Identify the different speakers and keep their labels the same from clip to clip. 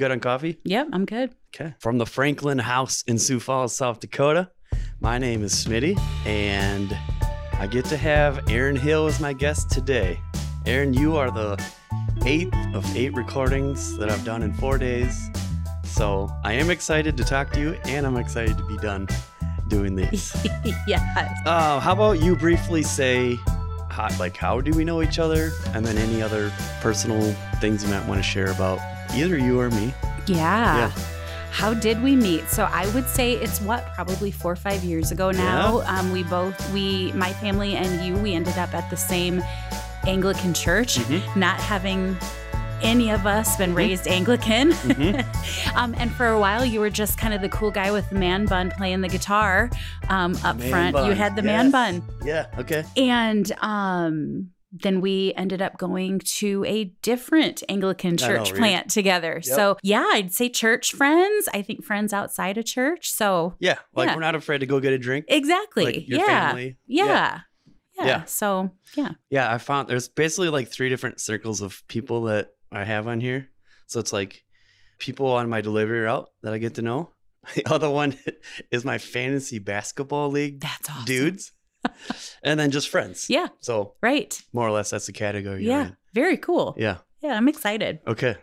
Speaker 1: Good on coffee?
Speaker 2: Yep, I'm good.
Speaker 1: Okay. From the Franklin House in Sioux Falls, South Dakota. My name is Smitty, and I get to have Aaron Hill as my guest today. Aaron, you are the eighth of eight recordings that I've done in four days. So I am excited to talk to you, and I'm excited to be done doing these.
Speaker 2: yeah.
Speaker 1: Uh, how about you briefly say, how, like, how do we know each other? And then any other personal things you might want to share about either you or me.
Speaker 2: yeah. How did we meet? So I would say it's what probably four or five years ago now. Um, we both we my family and you we ended up at the same Anglican church,
Speaker 1: Mhm.
Speaker 2: not having any of us
Speaker 1: Mm-hmm.
Speaker 2: been raised Anglican.
Speaker 1: Mhm.
Speaker 2: um, and for a while, you were just kind of the cool guy with the man bun playing the guitar um, up
Speaker 1: Man
Speaker 2: front. You
Speaker 1: bun,
Speaker 2: had the man
Speaker 1: yes.
Speaker 2: bun.
Speaker 1: Yeah. Okay.
Speaker 2: And um, then we ended up going to a different Anglican
Speaker 1: I know,
Speaker 2: church
Speaker 1: right?
Speaker 2: plant together. So, yeah, I'd say church friends. I think friends outside of church. So,
Speaker 1: Yeah. Like
Speaker 2: Yeah.
Speaker 1: we're not afraid to go get a drink.
Speaker 2: exactly.
Speaker 1: Like your
Speaker 2: yeah.
Speaker 1: family.
Speaker 2: yeah.
Speaker 1: Yeah.
Speaker 2: Yeah.
Speaker 1: Yeah.
Speaker 2: So, yeah.
Speaker 1: Yeah. I found there's basically like three different circles of people that I have on here. So it's like people on my delivery route that I get to know. The other one is my fantasy basketball league
Speaker 2: That's awesome.
Speaker 1: dudes. and then just friends.
Speaker 2: Yeah.
Speaker 1: So
Speaker 2: Right.
Speaker 1: more or less that's the category. you're
Speaker 2: yeah.
Speaker 1: in.
Speaker 2: Very cool.
Speaker 1: Yeah.
Speaker 2: yeah. I'm excited.
Speaker 1: Okay.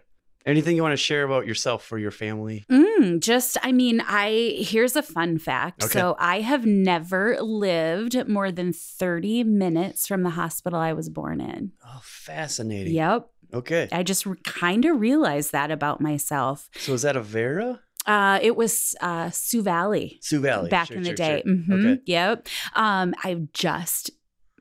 Speaker 1: Anything you want to share about yourself or your family?
Speaker 2: Mm, just, I mean, I here's a fun fact.
Speaker 1: Okay.
Speaker 2: So I have never lived more than 30 minutes from the hospital I was born in.
Speaker 1: Oh, fascinating.
Speaker 2: Yep.
Speaker 1: Okay.
Speaker 2: I just kind of realized that about myself.
Speaker 1: So is that a Vera?
Speaker 2: Uh, it was uh, Sioux Valley
Speaker 1: Sioux Valley.
Speaker 2: back
Speaker 1: Sure,
Speaker 2: in the
Speaker 1: sure,
Speaker 2: day.
Speaker 1: sure.
Speaker 2: Mhm.
Speaker 1: Okay.
Speaker 2: Yep. Um, I've just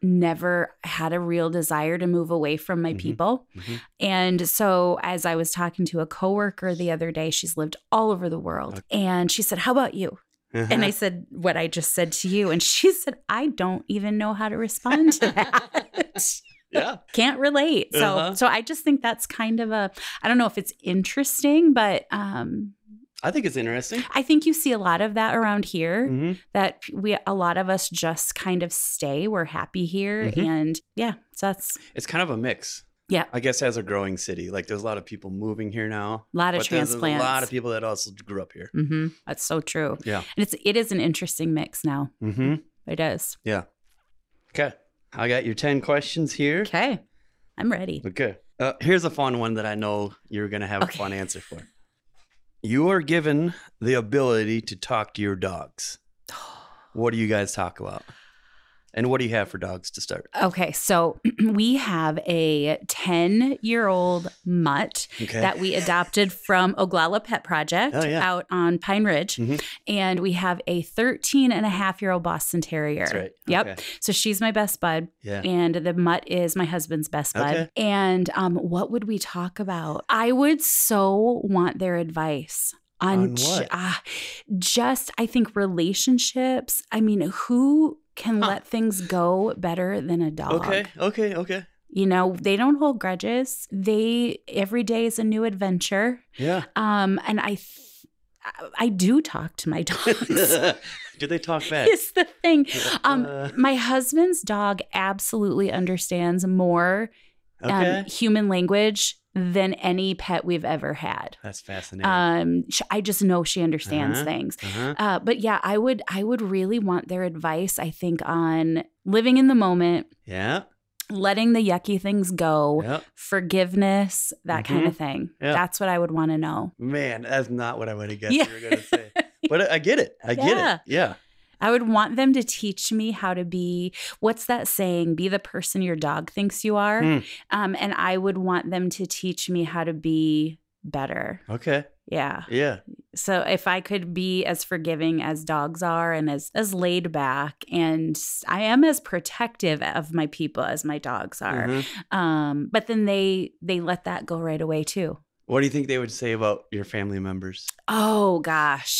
Speaker 2: never had a real desire to move away from my
Speaker 1: Mhm.
Speaker 2: people.
Speaker 1: Mhm.
Speaker 2: And so, as I was talking to a coworker the other day, she's lived all over the world. And she said, How about you?
Speaker 1: Uh-huh.
Speaker 2: And I said what I just said to you. And she said, I don't even know how to respond to that.
Speaker 1: yeah.
Speaker 2: can't relate. So
Speaker 1: Uh-huh.
Speaker 2: so I just think that's kind of a I don't know if it's interesting, but um
Speaker 1: I think it's interesting.
Speaker 2: I think you see a lot of that around here
Speaker 1: hmm
Speaker 2: that we a lot of us just kind of stay, we're happy here
Speaker 1: Mhm.
Speaker 2: and yeah, so that's
Speaker 1: It's kind of a mix.
Speaker 2: Yeah.
Speaker 1: I guess as a growing city, like there's a lot of people moving here now.
Speaker 2: a lot of
Speaker 1: but there's a
Speaker 2: transplants.
Speaker 1: lot of people that also grew up here.
Speaker 2: hmm That's so true.
Speaker 1: Yeah.
Speaker 2: And it's it is an interesting mix now.
Speaker 1: Mm-hmm.
Speaker 2: It is.
Speaker 1: Okay. I got your 10 questions here.
Speaker 2: Okay. I'm ready.
Speaker 1: Okay. Uh, here's a fun one that I know you're going to have
Speaker 2: Okay.
Speaker 1: a fun answer for. You are given the ability to talk to your dogs. What do you guys talk about? And what do you have for dogs to start?
Speaker 2: Okay, so we have a 10 year old mutt
Speaker 1: Okay.
Speaker 2: that we adopted from Oglala Pet Project
Speaker 1: Oh, yeah.
Speaker 2: out on Pine Ridge.
Speaker 1: Mhm.
Speaker 2: And we have a 13 and a half year old Boston Terrier.
Speaker 1: That's right.
Speaker 2: Yep.
Speaker 1: Okay.
Speaker 2: So she's my best bud,
Speaker 1: Yeah.
Speaker 2: and the mutt is my husband's best bud.
Speaker 1: Okay.
Speaker 2: And um, what would we talk about? I would so want their advice on,
Speaker 1: On
Speaker 2: ju-
Speaker 1: what?
Speaker 2: ah, just, I think, relationships. I mean, who can
Speaker 1: Huh.
Speaker 2: let things go better than a dog?
Speaker 1: Okay. Okay. Okay.
Speaker 2: You know, they don't hold grudges. They every day is a new adventure.
Speaker 1: Yeah.
Speaker 2: Um, and I, th- I- I do talk to my dogs.
Speaker 1: do they talk back?
Speaker 2: It's the thing. Um,
Speaker 1: Uh,
Speaker 2: my husband's dog absolutely understands more
Speaker 1: okay.
Speaker 2: um, human language than any pet we've ever had.
Speaker 1: That's fascinating.
Speaker 2: Um, sh- I just know she understands
Speaker 1: Uh-huh.
Speaker 2: things.
Speaker 1: uh-huh.
Speaker 2: Uh, but yeah, I would I would really want their advice. I think on living in the moment,
Speaker 1: Yeah.
Speaker 2: letting the yucky things go,
Speaker 1: Yep. Mm-hmm.
Speaker 2: forgiveness, that kind of thing.
Speaker 1: Yeah.
Speaker 2: That's what I would want to know.
Speaker 1: Man, that's not what I would have guessed
Speaker 2: Yeah.
Speaker 1: you were going to say. But I get it. I
Speaker 2: Yeah.
Speaker 1: get it. Yeah.
Speaker 2: I would want them to teach me how to be what's that saying? Be the person your dog thinks you are.
Speaker 1: Hmm.
Speaker 2: Um, and I would want them to teach me how to be better.
Speaker 1: Okay.
Speaker 2: Yeah.
Speaker 1: Yeah.
Speaker 2: So if I could be as forgiving as dogs are and as as laid back and I am as protective of my people as my dogs are.
Speaker 1: Mhm.
Speaker 2: Um, but then they they let that go right away too.
Speaker 1: What do you think they would say about your family members?
Speaker 2: Oh gosh.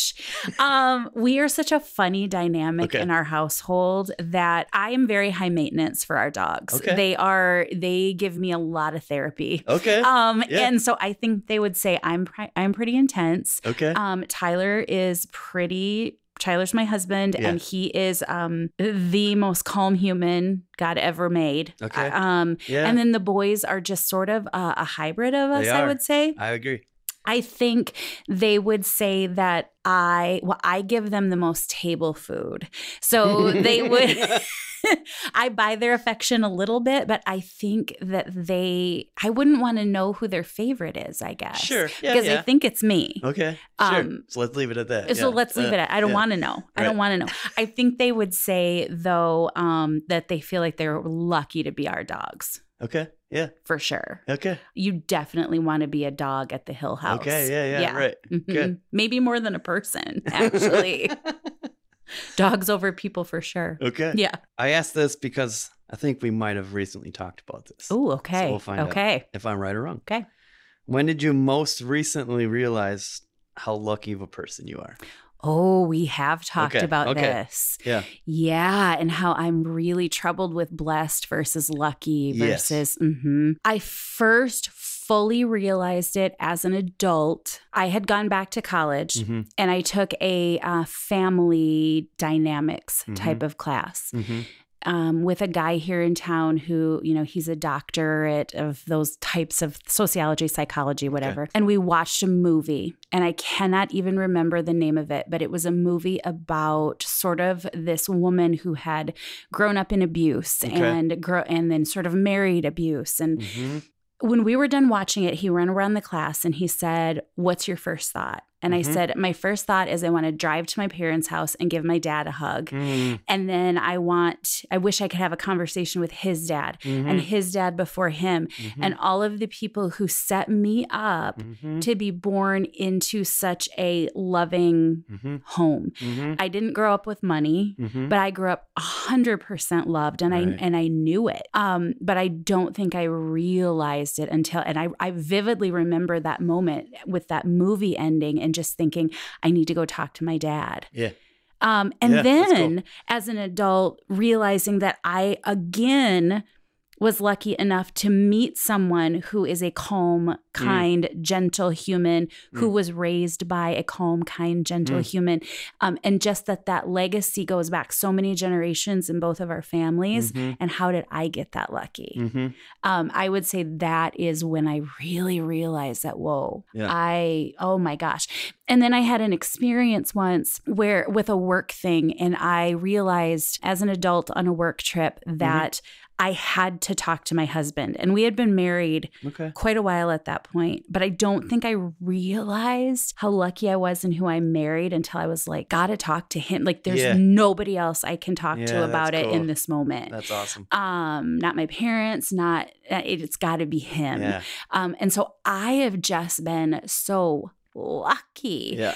Speaker 2: Um, we are such a funny dynamic
Speaker 1: Okay.
Speaker 2: in our household that I am very high maintenance for our dogs.
Speaker 1: Okay.
Speaker 2: They are they give me a lot of therapy.
Speaker 1: Okay.
Speaker 2: Um
Speaker 1: Yeah.
Speaker 2: and so I think they would say I'm pri- I'm pretty intense.
Speaker 1: okay.
Speaker 2: Um Tyler is pretty Tyler's my husband
Speaker 1: Yeah.
Speaker 2: and he is um the most calm human God ever made.
Speaker 1: Okay.
Speaker 2: Uh, Um
Speaker 1: yeah.
Speaker 2: and then the boys are just sort of a, a hybrid of
Speaker 1: They
Speaker 2: us I
Speaker 1: are.
Speaker 2: would say.
Speaker 1: I agree.
Speaker 2: I think they would say that I well, I give them the most table food. So they would I buy their affection a little bit, but I think that they I wouldn't want to know who their favorite is, I guess.
Speaker 1: Sure. Yeah,
Speaker 2: Because
Speaker 1: yeah.
Speaker 2: they think it's me.
Speaker 1: Okay. Sure.
Speaker 2: Um,
Speaker 1: so let's leave it at that.
Speaker 2: So let's leave it at I don't want to know. I
Speaker 1: Uh, Right.
Speaker 2: don't want to know. I think they would say though um that they feel like they're lucky to be our dogs
Speaker 1: to. Okay. Yeah.
Speaker 2: for sure.
Speaker 1: Okay.
Speaker 2: You definitely want to be a dog at the Hill House.
Speaker 1: Okay. Yeah. Yeah. Right.
Speaker 2: Mhm.
Speaker 1: Good.
Speaker 2: Maybe more than a person, actually. Dogs over people for sure.
Speaker 1: Okay.
Speaker 2: Yeah.
Speaker 1: I asked this because I think we might have recently talked about this.
Speaker 2: Oh, okay.
Speaker 1: we'll find out.
Speaker 2: okay.
Speaker 1: If I'm right or wrong.
Speaker 2: Okay.
Speaker 1: When did you most recently realize how lucky of a person you are?
Speaker 2: Oh, we have talked
Speaker 1: Okay,
Speaker 2: about
Speaker 1: okay.
Speaker 2: this.
Speaker 1: Yeah.
Speaker 2: Yeah. And how I'm really troubled with blessed versus lucky
Speaker 1: Yes.
Speaker 2: versus. mhm. I first fully realized it as an adult. I had gone back to college
Speaker 1: Mhm,
Speaker 2: and I took a uh, family dynamics
Speaker 1: Mm-hmm.
Speaker 2: type of class.
Speaker 1: mhm.
Speaker 2: um, with a guy here in town who, you know, he's a doctorate of those types of sociology, psychology, whatever. And we watched a movie, and I cannot even remember the name of it, but it was a movie about sort of this woman who had grown up in abuse
Speaker 1: Okay.
Speaker 2: and grow and then sort of married abuse. And
Speaker 1: Mhm.
Speaker 2: when we were done watching it, he ran around the class and he said, What's your first thought? And
Speaker 1: Mhm.
Speaker 2: I said, My first thought is I want to drive to my parents' house and give my dad a hug
Speaker 1: Mhm,
Speaker 2: and then I want I wish I could have a conversation with his dad and
Speaker 1: mhm,
Speaker 2: his dad before him
Speaker 1: mhm,
Speaker 2: and all of the people who set me up
Speaker 1: mhm,
Speaker 2: to be born into such a loving
Speaker 1: mhm,
Speaker 2: home.
Speaker 1: mhm,
Speaker 2: I didn't grow up with money,
Speaker 1: mhm.
Speaker 2: but I grew up 100% loved and
Speaker 1: Right.
Speaker 2: I and I knew it. Um but I don't think I realized it until and I I vividly remember that moment with that movie ending and just thinking I need to go talk to my dad.
Speaker 1: Yeah.
Speaker 2: Um, and
Speaker 1: Yeah, that's cool.
Speaker 2: then as an adult, realizing that I again was lucky enough to meet someone who is a
Speaker 1: Mm.
Speaker 2: calm, kind, gentle human who was raised by a calm, kind, gentle
Speaker 1: Mm.
Speaker 2: human. Um, and just that that legacy goes back so many generations in both of our families.
Speaker 1: Mhm,
Speaker 2: And how did I get that lucky?
Speaker 1: mhm.
Speaker 2: Um, I would say that is when I really realized that, whoa,
Speaker 1: Yeah.
Speaker 2: I, oh my gosh. And then I had an experience once where with a work thing, and I realized as an adult on a work trip
Speaker 1: Mm-hmm.
Speaker 2: that I had to talk to my husband. And we had been married
Speaker 1: Okay.
Speaker 2: quite a while at that point, but I
Speaker 1: Mm-hmm.
Speaker 2: don't think I realized how lucky I was and who I married until I was like, gotta talk to him. Like, there's
Speaker 1: Yeah.
Speaker 2: nobody else I can talk
Speaker 1: Yeah,
Speaker 2: to
Speaker 1: that's
Speaker 2: about it
Speaker 1: cool.
Speaker 2: in this moment
Speaker 1: That's awesome.
Speaker 2: um not my parents not uh, it, it's got to be him
Speaker 1: Yeah.
Speaker 2: um and so i have just been so lucky
Speaker 1: Yeah.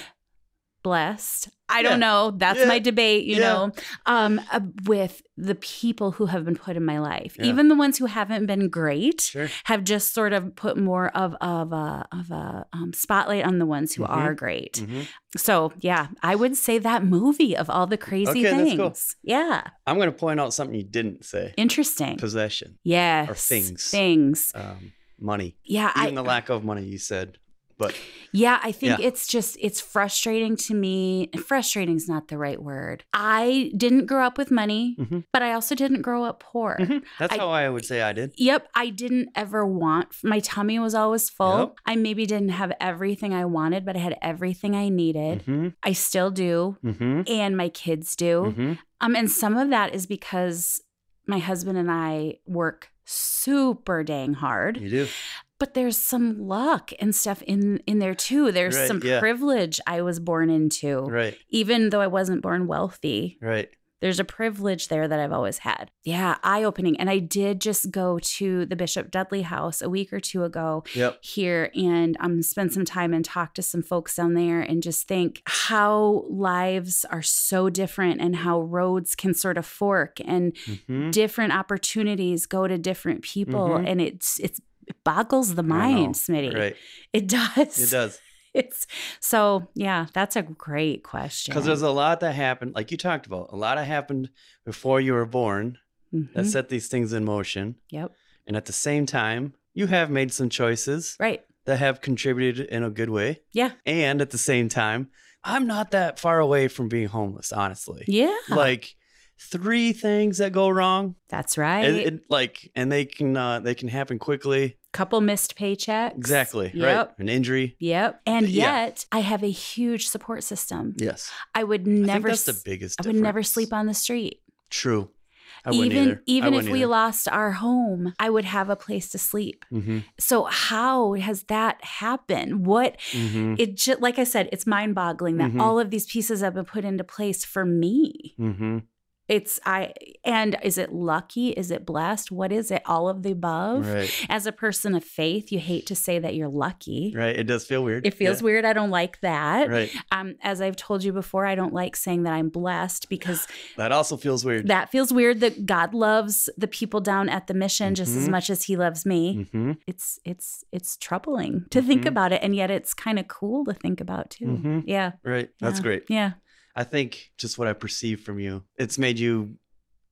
Speaker 2: blessed i
Speaker 1: Yeah.
Speaker 2: don't know that's
Speaker 1: Yeah.
Speaker 2: my debate you
Speaker 1: Yeah.
Speaker 2: know um uh, with the people who have been put in my life
Speaker 1: Yeah.
Speaker 2: even the ones who haven't been great
Speaker 1: Sure.
Speaker 2: have just sort of put more of of a of a um, spotlight on the ones who
Speaker 1: Mhm.
Speaker 2: are great
Speaker 1: Mhm.
Speaker 2: so yeah i would say that movie of all the crazy
Speaker 1: Okay, that's
Speaker 2: things
Speaker 1: cool.
Speaker 2: yeah
Speaker 1: I'm going to point out something you didn't say
Speaker 2: interesting
Speaker 1: possession,
Speaker 2: yes
Speaker 1: things.
Speaker 2: things
Speaker 1: um, money,
Speaker 2: yeah
Speaker 1: even
Speaker 2: I, uh,
Speaker 1: the lack of money you said. But
Speaker 2: Yeah, I think
Speaker 1: Yeah.
Speaker 2: it's just it's frustrating to me. Frustrating's not the right word. I didn't grow up with money,
Speaker 1: Mhm.
Speaker 2: but I also didn't grow up poor.
Speaker 1: mhm, that's
Speaker 2: I-
Speaker 1: how I would say I did.
Speaker 2: Yep, I didn't ever want my tummy was always full.
Speaker 1: Yep.
Speaker 2: I maybe didn't have everything I wanted, but I had everything I needed.
Speaker 1: Mhm,
Speaker 2: I still do,
Speaker 1: mhm,
Speaker 2: and my kids do.
Speaker 1: mhm.
Speaker 2: Um and some of that is because my husband and I work super dang hard
Speaker 1: You do.
Speaker 2: but there's some luck and stuff in in there too there's
Speaker 1: Right,
Speaker 2: some
Speaker 1: yeah.
Speaker 2: privilege i was born into
Speaker 1: Right.
Speaker 2: even though i wasn't born wealthy
Speaker 1: Right.
Speaker 2: there's a privilege there that i've always had yeah eye opening and i did just go to the bishop dudley house a week or two ago
Speaker 1: Yep.
Speaker 2: here and um, spend some time and talk to some folks down there and just think how lives are so different and how roads can sort of fork and
Speaker 1: Mhm.
Speaker 2: different opportunities go to different people
Speaker 1: Mhm.
Speaker 2: and it's it's it boggles the
Speaker 1: know,
Speaker 2: mind smitty
Speaker 1: Right.
Speaker 2: it does
Speaker 1: It does.
Speaker 2: it's so yeah that's a great question
Speaker 1: Because there's a lot that happened, like you talked about, a lot that happened before you were born
Speaker 2: Mhm.
Speaker 1: that set these things in motion.
Speaker 2: yep
Speaker 1: And at the same time, you have made some choices
Speaker 2: right
Speaker 1: that have contributed in a good way.
Speaker 2: yeah
Speaker 1: And at the same time, I'm not that far away from being homeless, honestly.
Speaker 2: yeah
Speaker 1: Like three things that go wrong,
Speaker 2: that's right
Speaker 1: it, it- like, and they can uh, they can happen quickly.
Speaker 2: couple missed paychecks.
Speaker 1: Exactly. Right.
Speaker 2: Yep.
Speaker 1: An injury.
Speaker 2: Yep. And
Speaker 1: Yeah.
Speaker 2: yet I have a huge support system.
Speaker 1: Yes.
Speaker 2: I would
Speaker 1: I think
Speaker 2: never
Speaker 1: that's the
Speaker 2: s-
Speaker 1: biggest.
Speaker 2: I would never
Speaker 1: difference.
Speaker 2: sleep on the street.
Speaker 1: True. I wouldn't
Speaker 2: even
Speaker 1: either.
Speaker 2: even if we lost our home, I would have a place to sleep.
Speaker 1: hmm
Speaker 2: So how has that happened? What
Speaker 1: hmm
Speaker 2: it just like I said, it's mind-boggling that
Speaker 1: Mhm.
Speaker 2: all of these pieces have been put into place for me.
Speaker 1: hmm
Speaker 2: It's I and is it lucky? Is it blessed? What is it? All of the above.
Speaker 1: Right.
Speaker 2: As a person of faith, you hate to say that you're lucky.
Speaker 1: Right. It does feel weird.
Speaker 2: It feels
Speaker 1: Yeah.
Speaker 2: weird. I don't like that.
Speaker 1: Right.
Speaker 2: Um, as I've told you before, I don't like saying that I'm blessed because
Speaker 1: That also feels weird.
Speaker 2: that feels weird that God loves the people down at the mission just as
Speaker 1: Mhm.
Speaker 2: much as he loves me.
Speaker 1: hmm
Speaker 2: It's it's it's troubling to think
Speaker 1: Mhm.
Speaker 2: about it and yet it's kind of cool to think about too.
Speaker 1: Mhm.
Speaker 2: Yeah.
Speaker 1: Right. That's
Speaker 2: yeah,
Speaker 1: great.
Speaker 2: Yeah,
Speaker 1: I think just what I perceive from you, it's made you,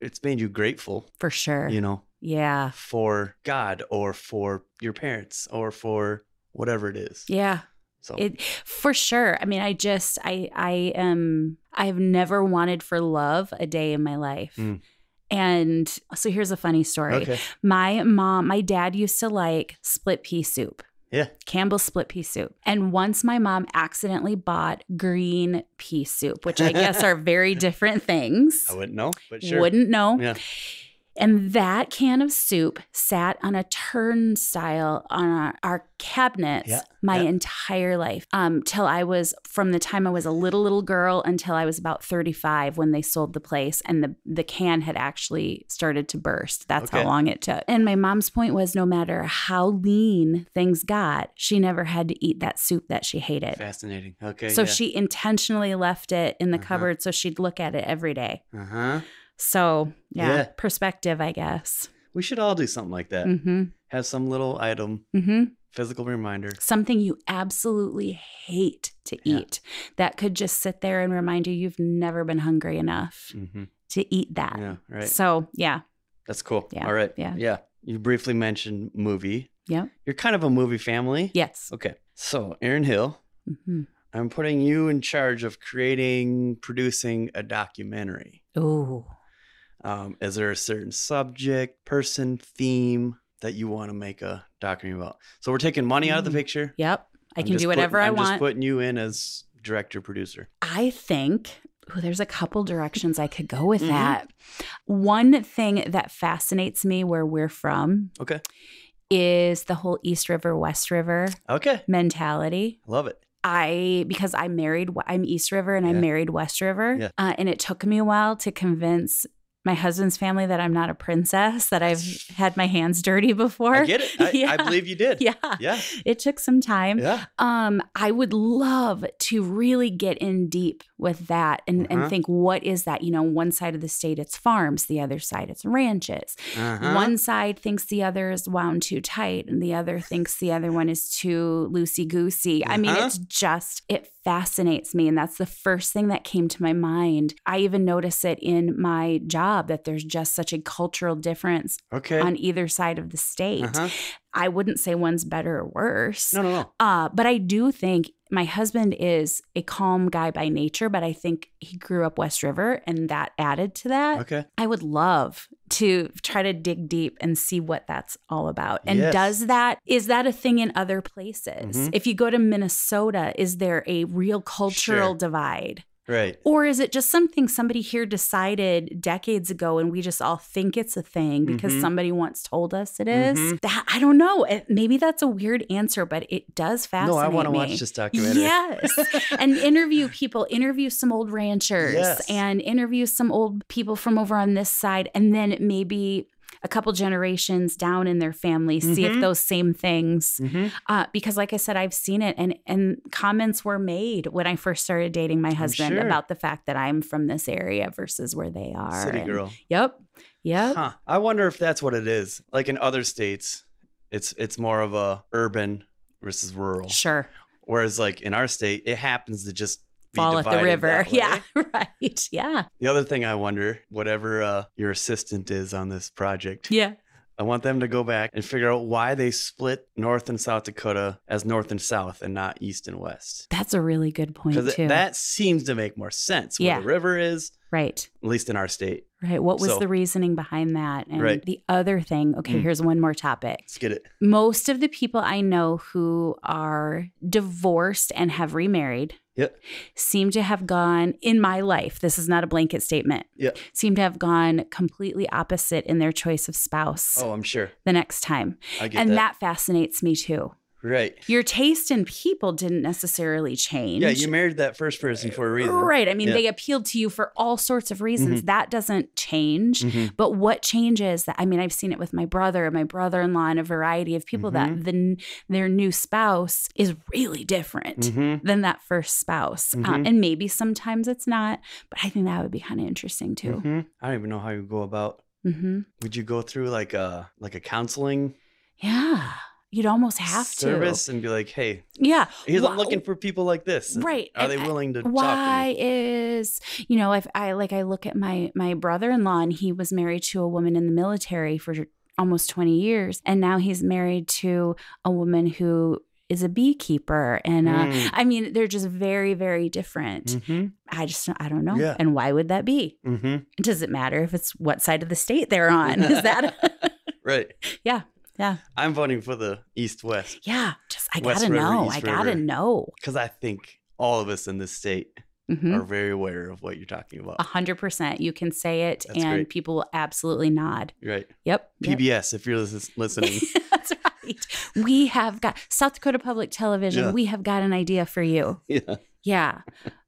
Speaker 1: it's made you grateful.
Speaker 2: for sure.
Speaker 1: You know,
Speaker 2: Yeah.
Speaker 1: for God or for your parents or for whatever it is.
Speaker 2: Yeah.
Speaker 1: So
Speaker 2: It for sure. I mean, I just I I am I've never wanted for love a day in my life.
Speaker 1: Mm.
Speaker 2: And so here's a funny story.
Speaker 1: okay.
Speaker 2: My mom, my dad used to like split pea soup.
Speaker 1: Yeah.
Speaker 2: Campbell's split pea soup. And once my mom accidentally bought green pea soup, which I guess are very different things.
Speaker 1: I wouldn't know, but sure.
Speaker 2: Wouldn't know.
Speaker 1: Yeah.
Speaker 2: And that can of soup sat on a turnstile on our, our cabinets
Speaker 1: Yeah,
Speaker 2: my
Speaker 1: yeah.
Speaker 2: entire life. Um, till I was from the time I was a little little girl until I was about 35 when they sold the place and the the can had actually started to burst. That's
Speaker 1: Okay.
Speaker 2: how long it took. And my mom's point was no matter how lean things got, she never had to eat that soup that she hated.
Speaker 1: Fascinating. Okay.
Speaker 2: So
Speaker 1: yeah.
Speaker 2: she intentionally left it in the
Speaker 1: Uh-huh.
Speaker 2: cupboard so she'd look at it every day.
Speaker 1: Uh huh.
Speaker 2: So, yeah,
Speaker 1: Yeah.
Speaker 2: perspective, I guess.
Speaker 1: We should all do something like that.
Speaker 2: hmm
Speaker 1: Have some little item,
Speaker 2: hmm
Speaker 1: physical reminder.
Speaker 2: Something you absolutely hate to
Speaker 1: Yeah.
Speaker 2: eat that could just sit there and remind you you've never been hungry enough
Speaker 1: Mm-hmm.
Speaker 2: to eat that.
Speaker 1: Yeah. Right.
Speaker 2: So, yeah.
Speaker 1: That's cool.
Speaker 2: Yeah,
Speaker 1: All right.
Speaker 2: yeah.
Speaker 1: Yeah. You briefly mentioned movie.
Speaker 2: Yep.
Speaker 1: You're kind of a movie family.
Speaker 2: Yes.
Speaker 1: Okay. So, Aaron Hill,
Speaker 2: hmm
Speaker 1: I'm putting you in charge of creating, producing a documentary.
Speaker 2: Ooh.
Speaker 1: Um, is there a certain subject, person, theme that you want to make a documentary about? So, we're taking money out of the
Speaker 2: Mm.
Speaker 1: picture.
Speaker 2: Yep. I
Speaker 1: I'm
Speaker 2: can
Speaker 1: just
Speaker 2: do whatever
Speaker 1: putting- I'm
Speaker 2: I want.
Speaker 1: just putting you in as director, producer.
Speaker 2: I think ooh, there's a couple directions I could go with
Speaker 1: Mhm.
Speaker 2: that. One thing that fascinates me where we're from
Speaker 1: Okay.
Speaker 2: is the whole East River, West River
Speaker 1: Okay.
Speaker 2: mentality.
Speaker 1: Love it.
Speaker 2: I because I married I'm East River and I
Speaker 1: Yeah.
Speaker 2: married West River,
Speaker 1: Yeah.
Speaker 2: uh, and it took me a while to convince my husband's family that I'm not a princess, that I've had my hands dirty before.
Speaker 1: I get it. I, I
Speaker 2: Yeah.
Speaker 1: believe you did.
Speaker 2: yeah.
Speaker 1: Yeah.
Speaker 2: it took some time.
Speaker 1: Yeah.
Speaker 2: Um, I would love to really get in deep with that and,
Speaker 1: Uh-huh.
Speaker 2: and think what is that? You know, one side of the state it's farms, the other side it's ranches.
Speaker 1: Uh-huh.
Speaker 2: One side thinks the other is wound too tight, and the other thinks the other one is too loosey goosey. I mean,
Speaker 1: Uh-huh.
Speaker 2: it's just, it fascinates me. And that's the first thing that came to my mind. I even notice it in my job that there's just such a cultural difference
Speaker 1: Uh-huh. Okay.
Speaker 2: on either side of the state.
Speaker 1: Uh-huh.
Speaker 2: I wouldn't say one's better or worse.
Speaker 1: No, no, no.
Speaker 2: Uh, but I do think my husband is a calm guy by nature, but I think he grew up West River and that added to that.
Speaker 1: Okay.
Speaker 2: I would love to try to dig deep and see what that's all about. And
Speaker 1: Yes.
Speaker 2: does that is that a thing in other places?
Speaker 1: Mhm.
Speaker 2: If you go to Minnesota, is there a real cultural
Speaker 1: Sure.
Speaker 2: divide?
Speaker 1: Right.
Speaker 2: Or is it just something somebody here decided decades ago and we just all think it's a thing because
Speaker 1: Mhm.
Speaker 2: somebody once told us it is?
Speaker 1: Mhm.
Speaker 2: That I don't know. It- Maybe that's a weird answer, but it does fascinate
Speaker 1: No, I
Speaker 2: want to
Speaker 1: watch this documentary.
Speaker 2: Yes. and interview people, interview some old ranchers
Speaker 1: Yes.
Speaker 2: and interview some old people from over on this side. And then maybe a couple generations down in their family, see
Speaker 1: Mhm.
Speaker 2: if those same things.
Speaker 1: Mhm.
Speaker 2: Uh, because, like I said, I've seen it and, and comments were made when I first started dating my husband
Speaker 1: sure.
Speaker 2: about the fact that I'm from this area versus where they are.
Speaker 1: City
Speaker 2: and-
Speaker 1: girl.
Speaker 2: Yep. Yep.
Speaker 1: Huh. I wonder if that's what it is. Like in other states, it's it's more of a urban versus rural.
Speaker 2: Sure.
Speaker 1: Whereas like in our state, it happens to just be
Speaker 2: Fall at the
Speaker 1: divided
Speaker 2: river.
Speaker 1: that way.
Speaker 2: Yeah. Right. Yeah.
Speaker 1: The other thing I wonder, whatever uh, your assistant is on this project,
Speaker 2: Yeah.
Speaker 1: I want them to go back and figure out why they split North and South Dakota as North and South and not East and West.
Speaker 2: That's a really good point,
Speaker 1: Because
Speaker 2: too.
Speaker 1: that seems to make more sense where the
Speaker 2: Yeah.
Speaker 1: river is,
Speaker 2: right.
Speaker 1: at least in our state,
Speaker 2: Right. What was
Speaker 1: So-
Speaker 2: the reasoning behind that? And
Speaker 1: Right.
Speaker 2: the other thing, okay,
Speaker 1: Mm.
Speaker 2: here's one more topic.
Speaker 1: Let's get it.
Speaker 2: Most of the people I know who are divorced and have remarried
Speaker 1: Yep.
Speaker 2: seem to have gone, in my life, this is not a blanket statement,
Speaker 1: Yep.
Speaker 2: seem to have gone completely opposite in their choice of spouse
Speaker 1: Oh, I'm sure.
Speaker 2: the next time.
Speaker 1: I get
Speaker 2: And
Speaker 1: that.
Speaker 2: that fascinates me too.
Speaker 1: Right.
Speaker 2: Your taste in people didn't necessarily change.
Speaker 1: Yeah, you married that first person for a reason.
Speaker 2: Right. I mean,
Speaker 1: Yeah. Mm-hmm.
Speaker 2: they appealed to you for all sorts of reasons. That doesn't change. But what changes that I mean, I've seen it with my brother and my brother-in-law and a variety of people
Speaker 1: Mm-hmm.
Speaker 2: that the their new spouse is really different
Speaker 1: Mm-hmm.
Speaker 2: than that first spouse. Uh,
Speaker 1: Mhm.
Speaker 2: and maybe sometimes it's not, but I think that would be kind of interesting too.
Speaker 1: hmm I don't even know how you go about.
Speaker 2: Mhm.
Speaker 1: Would you go through like a like a counseling
Speaker 2: Yeah. You'd almost have
Speaker 1: service and be like, "Hey,
Speaker 2: to. Yeah.
Speaker 1: because
Speaker 2: Wha-
Speaker 1: I'm looking for people like this.
Speaker 2: Right.
Speaker 1: Are
Speaker 2: And-
Speaker 1: they willing to
Speaker 2: why is you know if i like i look at my my brother-in-law and he was married to a woman in the military for almost 20 years and now he's married to a woman who is a beekeeper and uh,
Speaker 1: Mm. Mm-hmm.
Speaker 2: i mean they're just very very different
Speaker 1: talk to me?"
Speaker 2: i just i don't know
Speaker 1: Yeah.
Speaker 2: and why would that be
Speaker 1: Mhm. Mhm.
Speaker 2: does it matter if it's what side of the state they're on is that
Speaker 1: Right.
Speaker 2: Yeah, yeah.
Speaker 1: I'm voting for the East West
Speaker 2: yeah just i
Speaker 1: West
Speaker 2: gotta
Speaker 1: River,
Speaker 2: know
Speaker 1: East
Speaker 2: i gotta
Speaker 1: River.
Speaker 2: know
Speaker 1: because I think all of us in this state
Speaker 2: Mhm.
Speaker 1: are very aware of what you're talking about.
Speaker 2: a hundred percent you can say it
Speaker 1: That's
Speaker 2: and
Speaker 1: great.
Speaker 2: people will absolutely nod
Speaker 1: Right.
Speaker 2: yep yep.
Speaker 1: PBS, if you're lis- listening.
Speaker 2: That's right. We have got South Dakota Public Television.
Speaker 1: Yeah.
Speaker 2: We have got an idea for you.
Speaker 1: yeah.
Speaker 2: Yeah.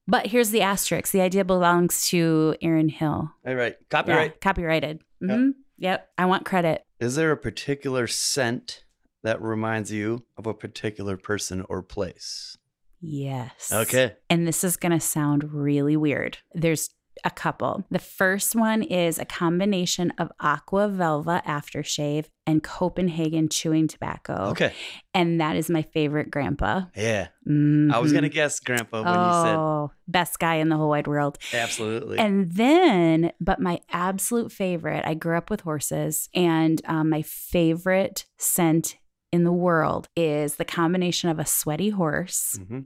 Speaker 2: But here's the asterisk. The idea belongs to Aaron Hill.
Speaker 1: All right.
Speaker 2: Yeah,
Speaker 1: Copyright.
Speaker 2: Copyrighted. Mhm. Yep. I want credit.
Speaker 1: Is there a particular scent that reminds you of a particular person or place?
Speaker 2: Yes.
Speaker 1: Okay.
Speaker 2: And this is going to sound really weird. There's a couple. The first one is a combination of Aqua Velva aftershave and Copenhagen chewing tobacco.
Speaker 1: Okay.
Speaker 2: And that is my favorite grandpa.
Speaker 1: Yeah. I was
Speaker 2: Mhm.
Speaker 1: going to guess Grandpa when
Speaker 2: oh, best guy in the whole wide world.
Speaker 1: you said absolutely.
Speaker 2: Oh, And then, but my absolute favorite, I grew up with horses, and um, my favorite scent in the world is the combination of a sweaty horse,
Speaker 1: Mhm,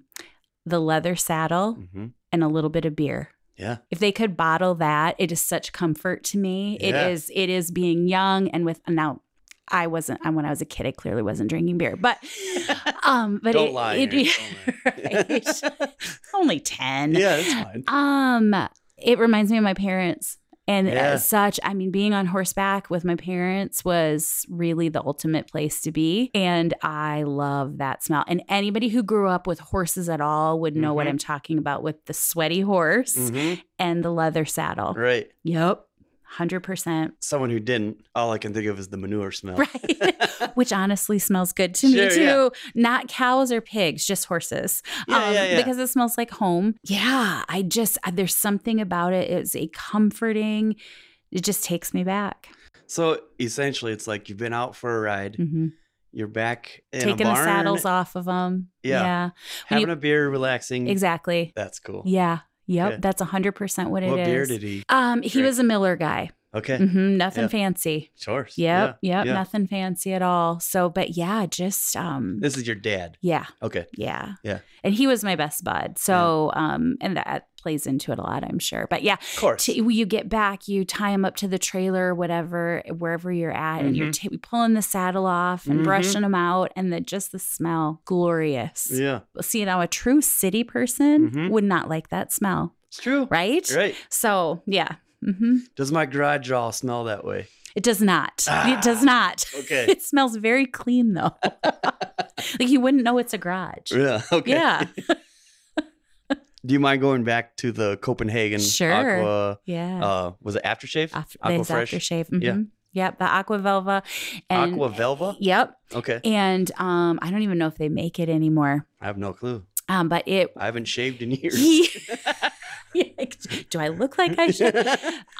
Speaker 2: the leather saddle,
Speaker 1: mhm.
Speaker 2: and a little bit of beer.
Speaker 1: Yeah.
Speaker 2: If they could bottle that, it is such comfort to me.
Speaker 1: Yeah.
Speaker 2: It is it is being young and with now I wasn't I when I was a kid I clearly wasn't drinking beer, but um but
Speaker 1: Don't
Speaker 2: it,
Speaker 1: lie,
Speaker 2: it-
Speaker 1: Erin. Don't lie.
Speaker 2: right. only 10.
Speaker 1: Yeah, that's fine.
Speaker 2: Um, it reminds me of my parents. And
Speaker 1: Yeah.
Speaker 2: as such, I mean, being on horseback with my parents was really the ultimate place to be. And I love that smell. And anybody who grew up with horses at all would know what
Speaker 1: Mhm.
Speaker 2: I'm talking about with the sweaty horse
Speaker 1: Mhm,
Speaker 2: and the leather saddle.
Speaker 1: Right.
Speaker 2: Yep. 100%.
Speaker 1: Someone who didn't, all I can think of is the manure smell.
Speaker 2: Right. Which honestly smells good to
Speaker 1: Sure,
Speaker 2: me too.
Speaker 1: yeah.
Speaker 2: Not cows or pigs, just horses.
Speaker 1: Yeah, yeah, yeah.
Speaker 2: Um, Because it smells like home. Yeah, I just uh, there's something about it. It's a comforting. It just takes me back.
Speaker 1: so essentially, it's like you've been out for a ride,
Speaker 2: Mhm.
Speaker 1: you're back in
Speaker 2: Taking
Speaker 1: a
Speaker 2: the
Speaker 1: barn,
Speaker 2: saddles off of them.
Speaker 1: Yeah.
Speaker 2: when
Speaker 1: having
Speaker 2: you-
Speaker 1: a beer, relaxing.
Speaker 2: exactly.
Speaker 1: That's cool.
Speaker 2: Yeah. Yep.
Speaker 1: Yeah.
Speaker 2: That's hundred percent what it is.
Speaker 1: what beer did he?
Speaker 2: um, he
Speaker 1: drink?
Speaker 2: was a Miller guy.
Speaker 1: Okay.
Speaker 2: hmm Nothing
Speaker 1: Yeah.
Speaker 2: fancy.
Speaker 1: Sure.
Speaker 2: Yep. Yep.
Speaker 1: yeah.
Speaker 2: Nothing fancy at all. So, but yeah, just um,
Speaker 1: This is your dad.
Speaker 2: yeah.
Speaker 1: Okay.
Speaker 2: Yeah.
Speaker 1: Yeah.
Speaker 2: And he was my best bud. So, um, and that plays into it a lot, I'm sure. But yeah,
Speaker 1: Of course.
Speaker 2: t- you get back, you tie him up to the trailer, whatever, wherever you're at, and you're
Speaker 1: Mm-hmm.
Speaker 2: ta- pulling the saddle off and
Speaker 1: Mhm.
Speaker 2: brushing him out, and the, just the smell, glorious.
Speaker 1: yeah.
Speaker 2: See, now a true city person
Speaker 1: Mhm.
Speaker 2: would not like that smell,
Speaker 1: It's true.
Speaker 2: right?
Speaker 1: Right.
Speaker 2: So, yeah. hmm
Speaker 1: Does my garage all smell that way?
Speaker 2: It does not.
Speaker 1: Ah,
Speaker 2: it does not.
Speaker 1: okay.
Speaker 2: it smells very clean, though. like you wouldn't know it's a garage.
Speaker 1: Yeah. Okay.
Speaker 2: Yeah.
Speaker 1: Do you mind going back to the Copenhagen
Speaker 2: Sure.
Speaker 1: Aqua?
Speaker 2: Yeah.
Speaker 1: Uh, was it aftershave?
Speaker 2: Af-
Speaker 1: Aqua
Speaker 2: there's
Speaker 1: Fresh?
Speaker 2: aftershave.
Speaker 1: Yeah.
Speaker 2: mhm. Yep. The Aqua Velva. And,
Speaker 1: Aqua Velva?
Speaker 2: Yep.
Speaker 1: Okay.
Speaker 2: And um, I don't even know if they make it anymore.
Speaker 1: I have no clue.
Speaker 2: Um, but it.
Speaker 1: I haven't shaved in years.
Speaker 2: Ye- Do I look like I should?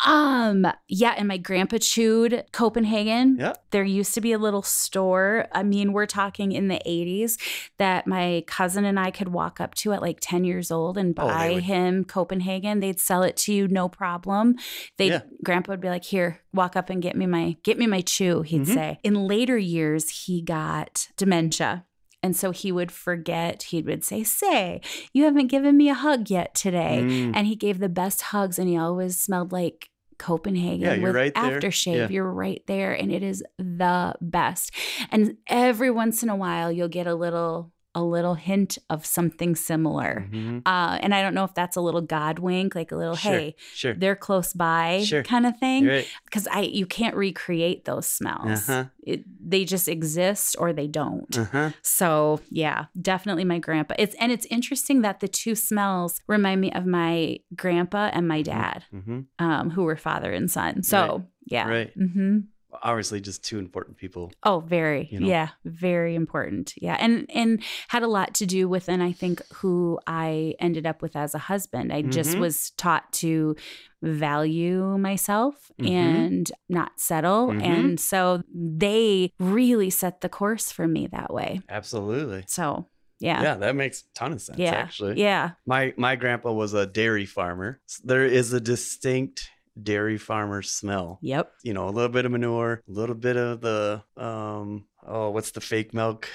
Speaker 2: Um, yeah, and my grandpa chewed Copenhagen.
Speaker 1: Yeah.
Speaker 2: There used to be a little store. I mean, we're talking in the 80s that my cousin and I could walk up to at like 10 years old and
Speaker 1: Oh, they
Speaker 2: buy
Speaker 1: would-
Speaker 2: him Copenhagen. They'd sell it to you, no problem. They
Speaker 1: Yeah.
Speaker 2: would grandpa would be like, here, walk up and get me my get me my chew, he'd
Speaker 1: Mhm.
Speaker 2: say. In later years, he got dementia. And so he would forget, he would say, Say, you haven't given me a hug yet today
Speaker 1: Mm.
Speaker 2: and he gave the best hugs and he always smelled like Copenhagen
Speaker 1: Yeah, you're
Speaker 2: with
Speaker 1: right there.
Speaker 2: aftershave.
Speaker 1: Yeah.
Speaker 2: You're right there, and it is the best. And every once in a while, you'll get a little a little hint of something similar.
Speaker 1: Mhm.
Speaker 2: Uh, and I don't know if that's a little God wink, like a little
Speaker 1: Sure,
Speaker 2: hey,
Speaker 1: Sure.
Speaker 2: they're close by
Speaker 1: Sure.
Speaker 2: kind of
Speaker 1: You're
Speaker 2: thing.
Speaker 1: right.
Speaker 2: Because I you can't recreate those smells.
Speaker 1: Uh-huh.
Speaker 2: It, they just exist or they don't.
Speaker 1: Uh-huh.
Speaker 2: So yeah, definitely my grandpa. It's and it's interesting that the two smells remind me of my grandpa and my dad,
Speaker 1: hmm
Speaker 2: um, who were father and son. So yeah,
Speaker 1: Right.
Speaker 2: hmm
Speaker 1: Obviously, just two important people.
Speaker 2: Oh, very
Speaker 1: You know?
Speaker 2: yeah, very important. Yeah, and and had a lot to do with, and I think who I ended up with as a husband. I just
Speaker 1: Mhm.
Speaker 2: was taught to value myself
Speaker 1: Mhm.
Speaker 2: and not settle,
Speaker 1: Mhm.
Speaker 2: and so they really set the course for me that way.
Speaker 1: Absolutely.
Speaker 2: So
Speaker 1: Yeah.
Speaker 2: yeah,
Speaker 1: that makes a ton of sense.
Speaker 2: Yeah.
Speaker 1: Actually,
Speaker 2: yeah.
Speaker 1: my my grandpa was a dairy farmer. S- There is a distinct dairy farmer smell.
Speaker 2: Yep.
Speaker 1: You know, a little bit of manure, a little bit of the um oh, what's the fake milk?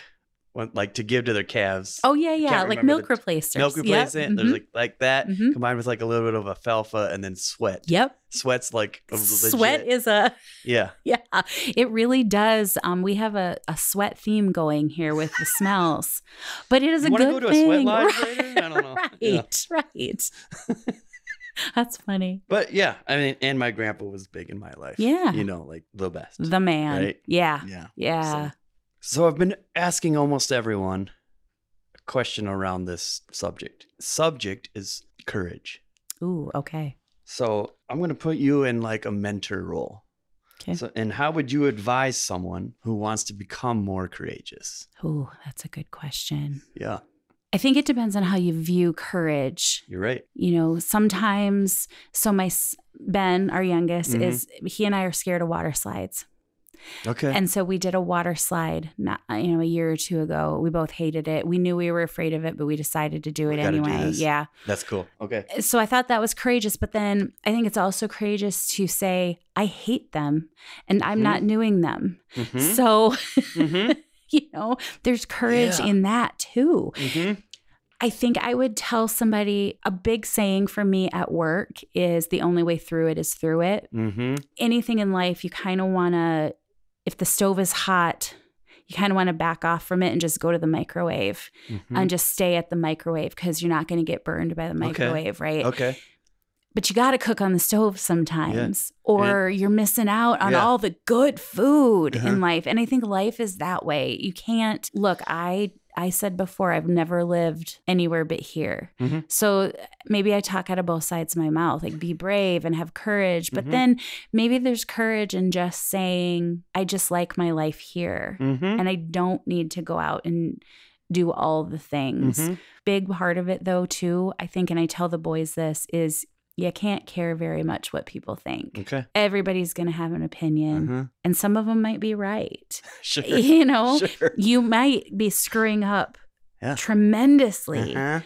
Speaker 1: What, like to give to their calves.
Speaker 2: Oh yeah, yeah,
Speaker 1: can't
Speaker 2: like
Speaker 1: remember
Speaker 2: milk
Speaker 1: the-
Speaker 2: replacers.
Speaker 1: milk
Speaker 2: Yep,
Speaker 1: replacement. There's
Speaker 2: mhm,
Speaker 1: like like that
Speaker 2: mhm.
Speaker 1: combined with like a little bit of alfalfa and then sweat.
Speaker 2: mm-hmm, Yep.
Speaker 1: Sweat's like a legit-
Speaker 2: Sweat is a
Speaker 1: yeah.
Speaker 2: yeah. It really does. Um, we have a, a sweat theme going here with the smells, but it is
Speaker 1: You
Speaker 2: a
Speaker 1: wanna
Speaker 2: good
Speaker 1: go to a
Speaker 2: thing.
Speaker 1: sweat lodge
Speaker 2: right,
Speaker 1: later? I don't know.
Speaker 2: Right,
Speaker 1: Yeah.
Speaker 2: right. That's funny.
Speaker 1: But yeah, I mean, and my grandpa was big in my life.
Speaker 2: Yeah.
Speaker 1: You know, like the best.
Speaker 2: The man.
Speaker 1: Right.
Speaker 2: Yeah,
Speaker 1: yeah.
Speaker 2: yeah.
Speaker 1: So I've been asking almost everyone a question around this subject. Subject is courage.
Speaker 2: Ooh, okay.
Speaker 1: So I'm going to put you in like a mentor role.
Speaker 2: 'Kay.
Speaker 1: So, and how would you advise someone who wants to become more courageous?
Speaker 2: Ooh, that's a good question.
Speaker 1: Yeah,
Speaker 2: I think it depends on how you view courage.
Speaker 1: you're right.
Speaker 2: you know sometimes so my s- ben our youngest
Speaker 1: Mhm.
Speaker 2: is he and i are scared of water slides
Speaker 1: Okay.
Speaker 2: and so we did a water slide not you know a year or two ago we both hated it we knew we were afraid of it but we decided to do
Speaker 1: We
Speaker 2: it
Speaker 1: gotta do
Speaker 2: anyway
Speaker 1: this.
Speaker 2: yeah
Speaker 1: That's cool. Okay.
Speaker 2: so i thought that was courageous but then i think it's also courageous to say i hate them and i'm
Speaker 1: Mhm.
Speaker 2: not doing them
Speaker 1: Mm-hmm.
Speaker 2: so
Speaker 1: Mm-hmm.
Speaker 2: you know there's courage
Speaker 1: Yeah.
Speaker 2: in that too
Speaker 1: Mm-hmm.
Speaker 2: I think I would tell somebody a big saying for me at work is the only way through it is through it.
Speaker 1: Mm-hmm.
Speaker 2: Anything in life, you kind of want to, if the stove is hot, you kind of want to back off from it and just go to the microwave
Speaker 1: mm-hmm. Hmm.
Speaker 2: and just stay at the microwave because you're not going to get burned by the microwave, right?
Speaker 1: Okay.
Speaker 2: But you got to cook on the stove sometimes or you're missing out on
Speaker 1: Yeah.
Speaker 2: all the good food
Speaker 1: Uh-huh.
Speaker 2: in life. And I think life is that way. You can't look, I. I said before, I've never lived anywhere but here.
Speaker 1: Mhm.
Speaker 2: So maybe I talk out of both sides of my mouth, like be brave and have courage. But
Speaker 1: Mhm.
Speaker 2: then maybe there's courage in just saying, I just like my life here
Speaker 1: Mm-hmm.
Speaker 2: and I don't need to go out and do all the things.
Speaker 1: Mhm.
Speaker 2: Big part of it, though, too, I think, and I tell the boys this is you can't care very much what people think.
Speaker 1: Okay.
Speaker 2: Everybody's going to have an opinion,
Speaker 1: Uh-huh.
Speaker 2: and some of them might be right.
Speaker 1: Sure.
Speaker 2: You know,
Speaker 1: Sure.
Speaker 2: you might be screwing up
Speaker 1: Yeah.
Speaker 2: tremendously,
Speaker 1: Uh-huh.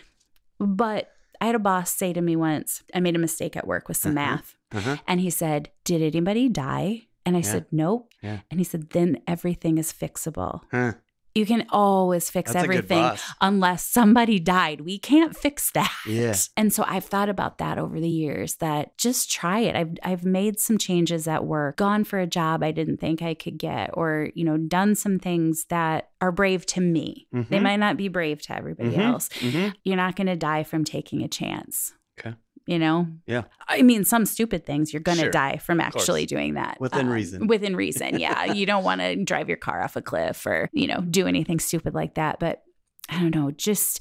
Speaker 2: but I had a boss say to me once, I made a mistake at work with some
Speaker 1: Uh-huh.
Speaker 2: math.
Speaker 1: Uh-huh.
Speaker 2: And he said, Did anybody die? And I
Speaker 1: Yeah.
Speaker 2: said, Nope.
Speaker 1: Yeah.
Speaker 2: And he said, Then everything is fixable.
Speaker 1: Huh.
Speaker 2: You can always fix
Speaker 1: That's a good
Speaker 2: everything
Speaker 1: boss.
Speaker 2: unless somebody died. We can't fix that.
Speaker 1: Yeah.
Speaker 2: And so I've thought about that over the years that just try it. I've I've made some changes at work, gone for a job I didn't think I could get or, you know, done some things that are brave to me. They
Speaker 1: Mhm.
Speaker 2: might not be brave to everybody
Speaker 1: Mhm.
Speaker 2: else.
Speaker 1: Mhm.
Speaker 2: You're not going to die from taking a chance.
Speaker 1: Okay.
Speaker 2: You know?
Speaker 1: Yeah.
Speaker 2: I mean, some stupid things you're going to
Speaker 1: Sure.
Speaker 2: die from
Speaker 1: course.
Speaker 2: actually doing that. um,
Speaker 1: Within reason.
Speaker 2: Within reason. Yeah. you don't want to drive your car off a cliff or, you know, do anything stupid like that. But I don't know, just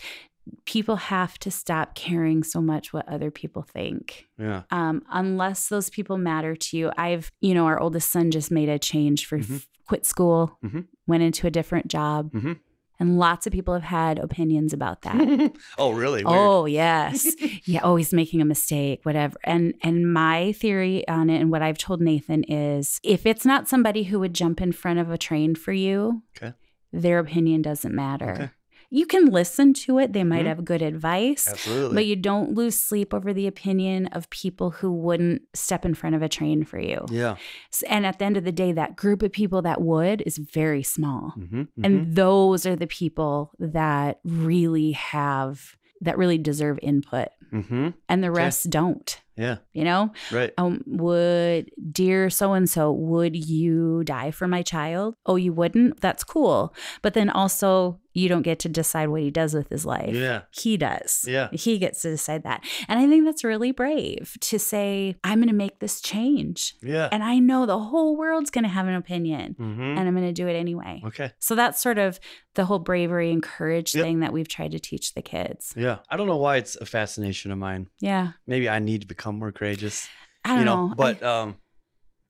Speaker 2: people have to stop caring so much what other people think.
Speaker 1: Yeah.
Speaker 2: Um, unless those people matter to you. I've, you know, our oldest son just made a change for
Speaker 1: Mhm.
Speaker 2: quit school,
Speaker 1: Mhm.
Speaker 2: went into a different job.
Speaker 1: Mhm.
Speaker 2: And lots of people have had opinions about that
Speaker 1: oh, really? Weird.
Speaker 2: oh yes yeah oh he's making a mistake whatever and and my theory on it and what i've told nathan is if it's not somebody who would jump in front of a train for you
Speaker 1: Okay.
Speaker 2: their opinion doesn't matter
Speaker 1: Okay.
Speaker 2: you can listen to it they might
Speaker 1: Mhm.
Speaker 2: have good advice
Speaker 1: Absolutely.
Speaker 2: but you don't lose sleep over the opinion of people who wouldn't step in front of a train for you
Speaker 1: yeah.
Speaker 2: S- and at the end of the day that group of people that would is very small
Speaker 1: Mm-hmm.
Speaker 2: and those are the people that really have that really deserve input
Speaker 1: mm-hmm.
Speaker 2: and the rest don't
Speaker 1: Yeah.
Speaker 2: you know
Speaker 1: Right.
Speaker 2: um would dear so and so would you die for my child oh you wouldn't that's cool but then also you don't get to decide what he does with his life
Speaker 1: Yeah.
Speaker 2: he does
Speaker 1: Yeah.
Speaker 2: he gets to decide that and i think that's really brave to say i'm going to make this change
Speaker 1: Yeah.
Speaker 2: and i know the whole world's going to have an opinion
Speaker 1: hmm
Speaker 2: and i'm going to do it anyway
Speaker 1: Okay.
Speaker 2: so that's sort of the whole bravery and courage
Speaker 1: Yep.
Speaker 2: thing that we've tried to teach the kids
Speaker 1: Yeah. I don't know why it's a fascination of mine.
Speaker 2: yeah
Speaker 1: Maybe I need to become more courageous.
Speaker 2: i don't
Speaker 1: you know,
Speaker 2: know I-
Speaker 1: but um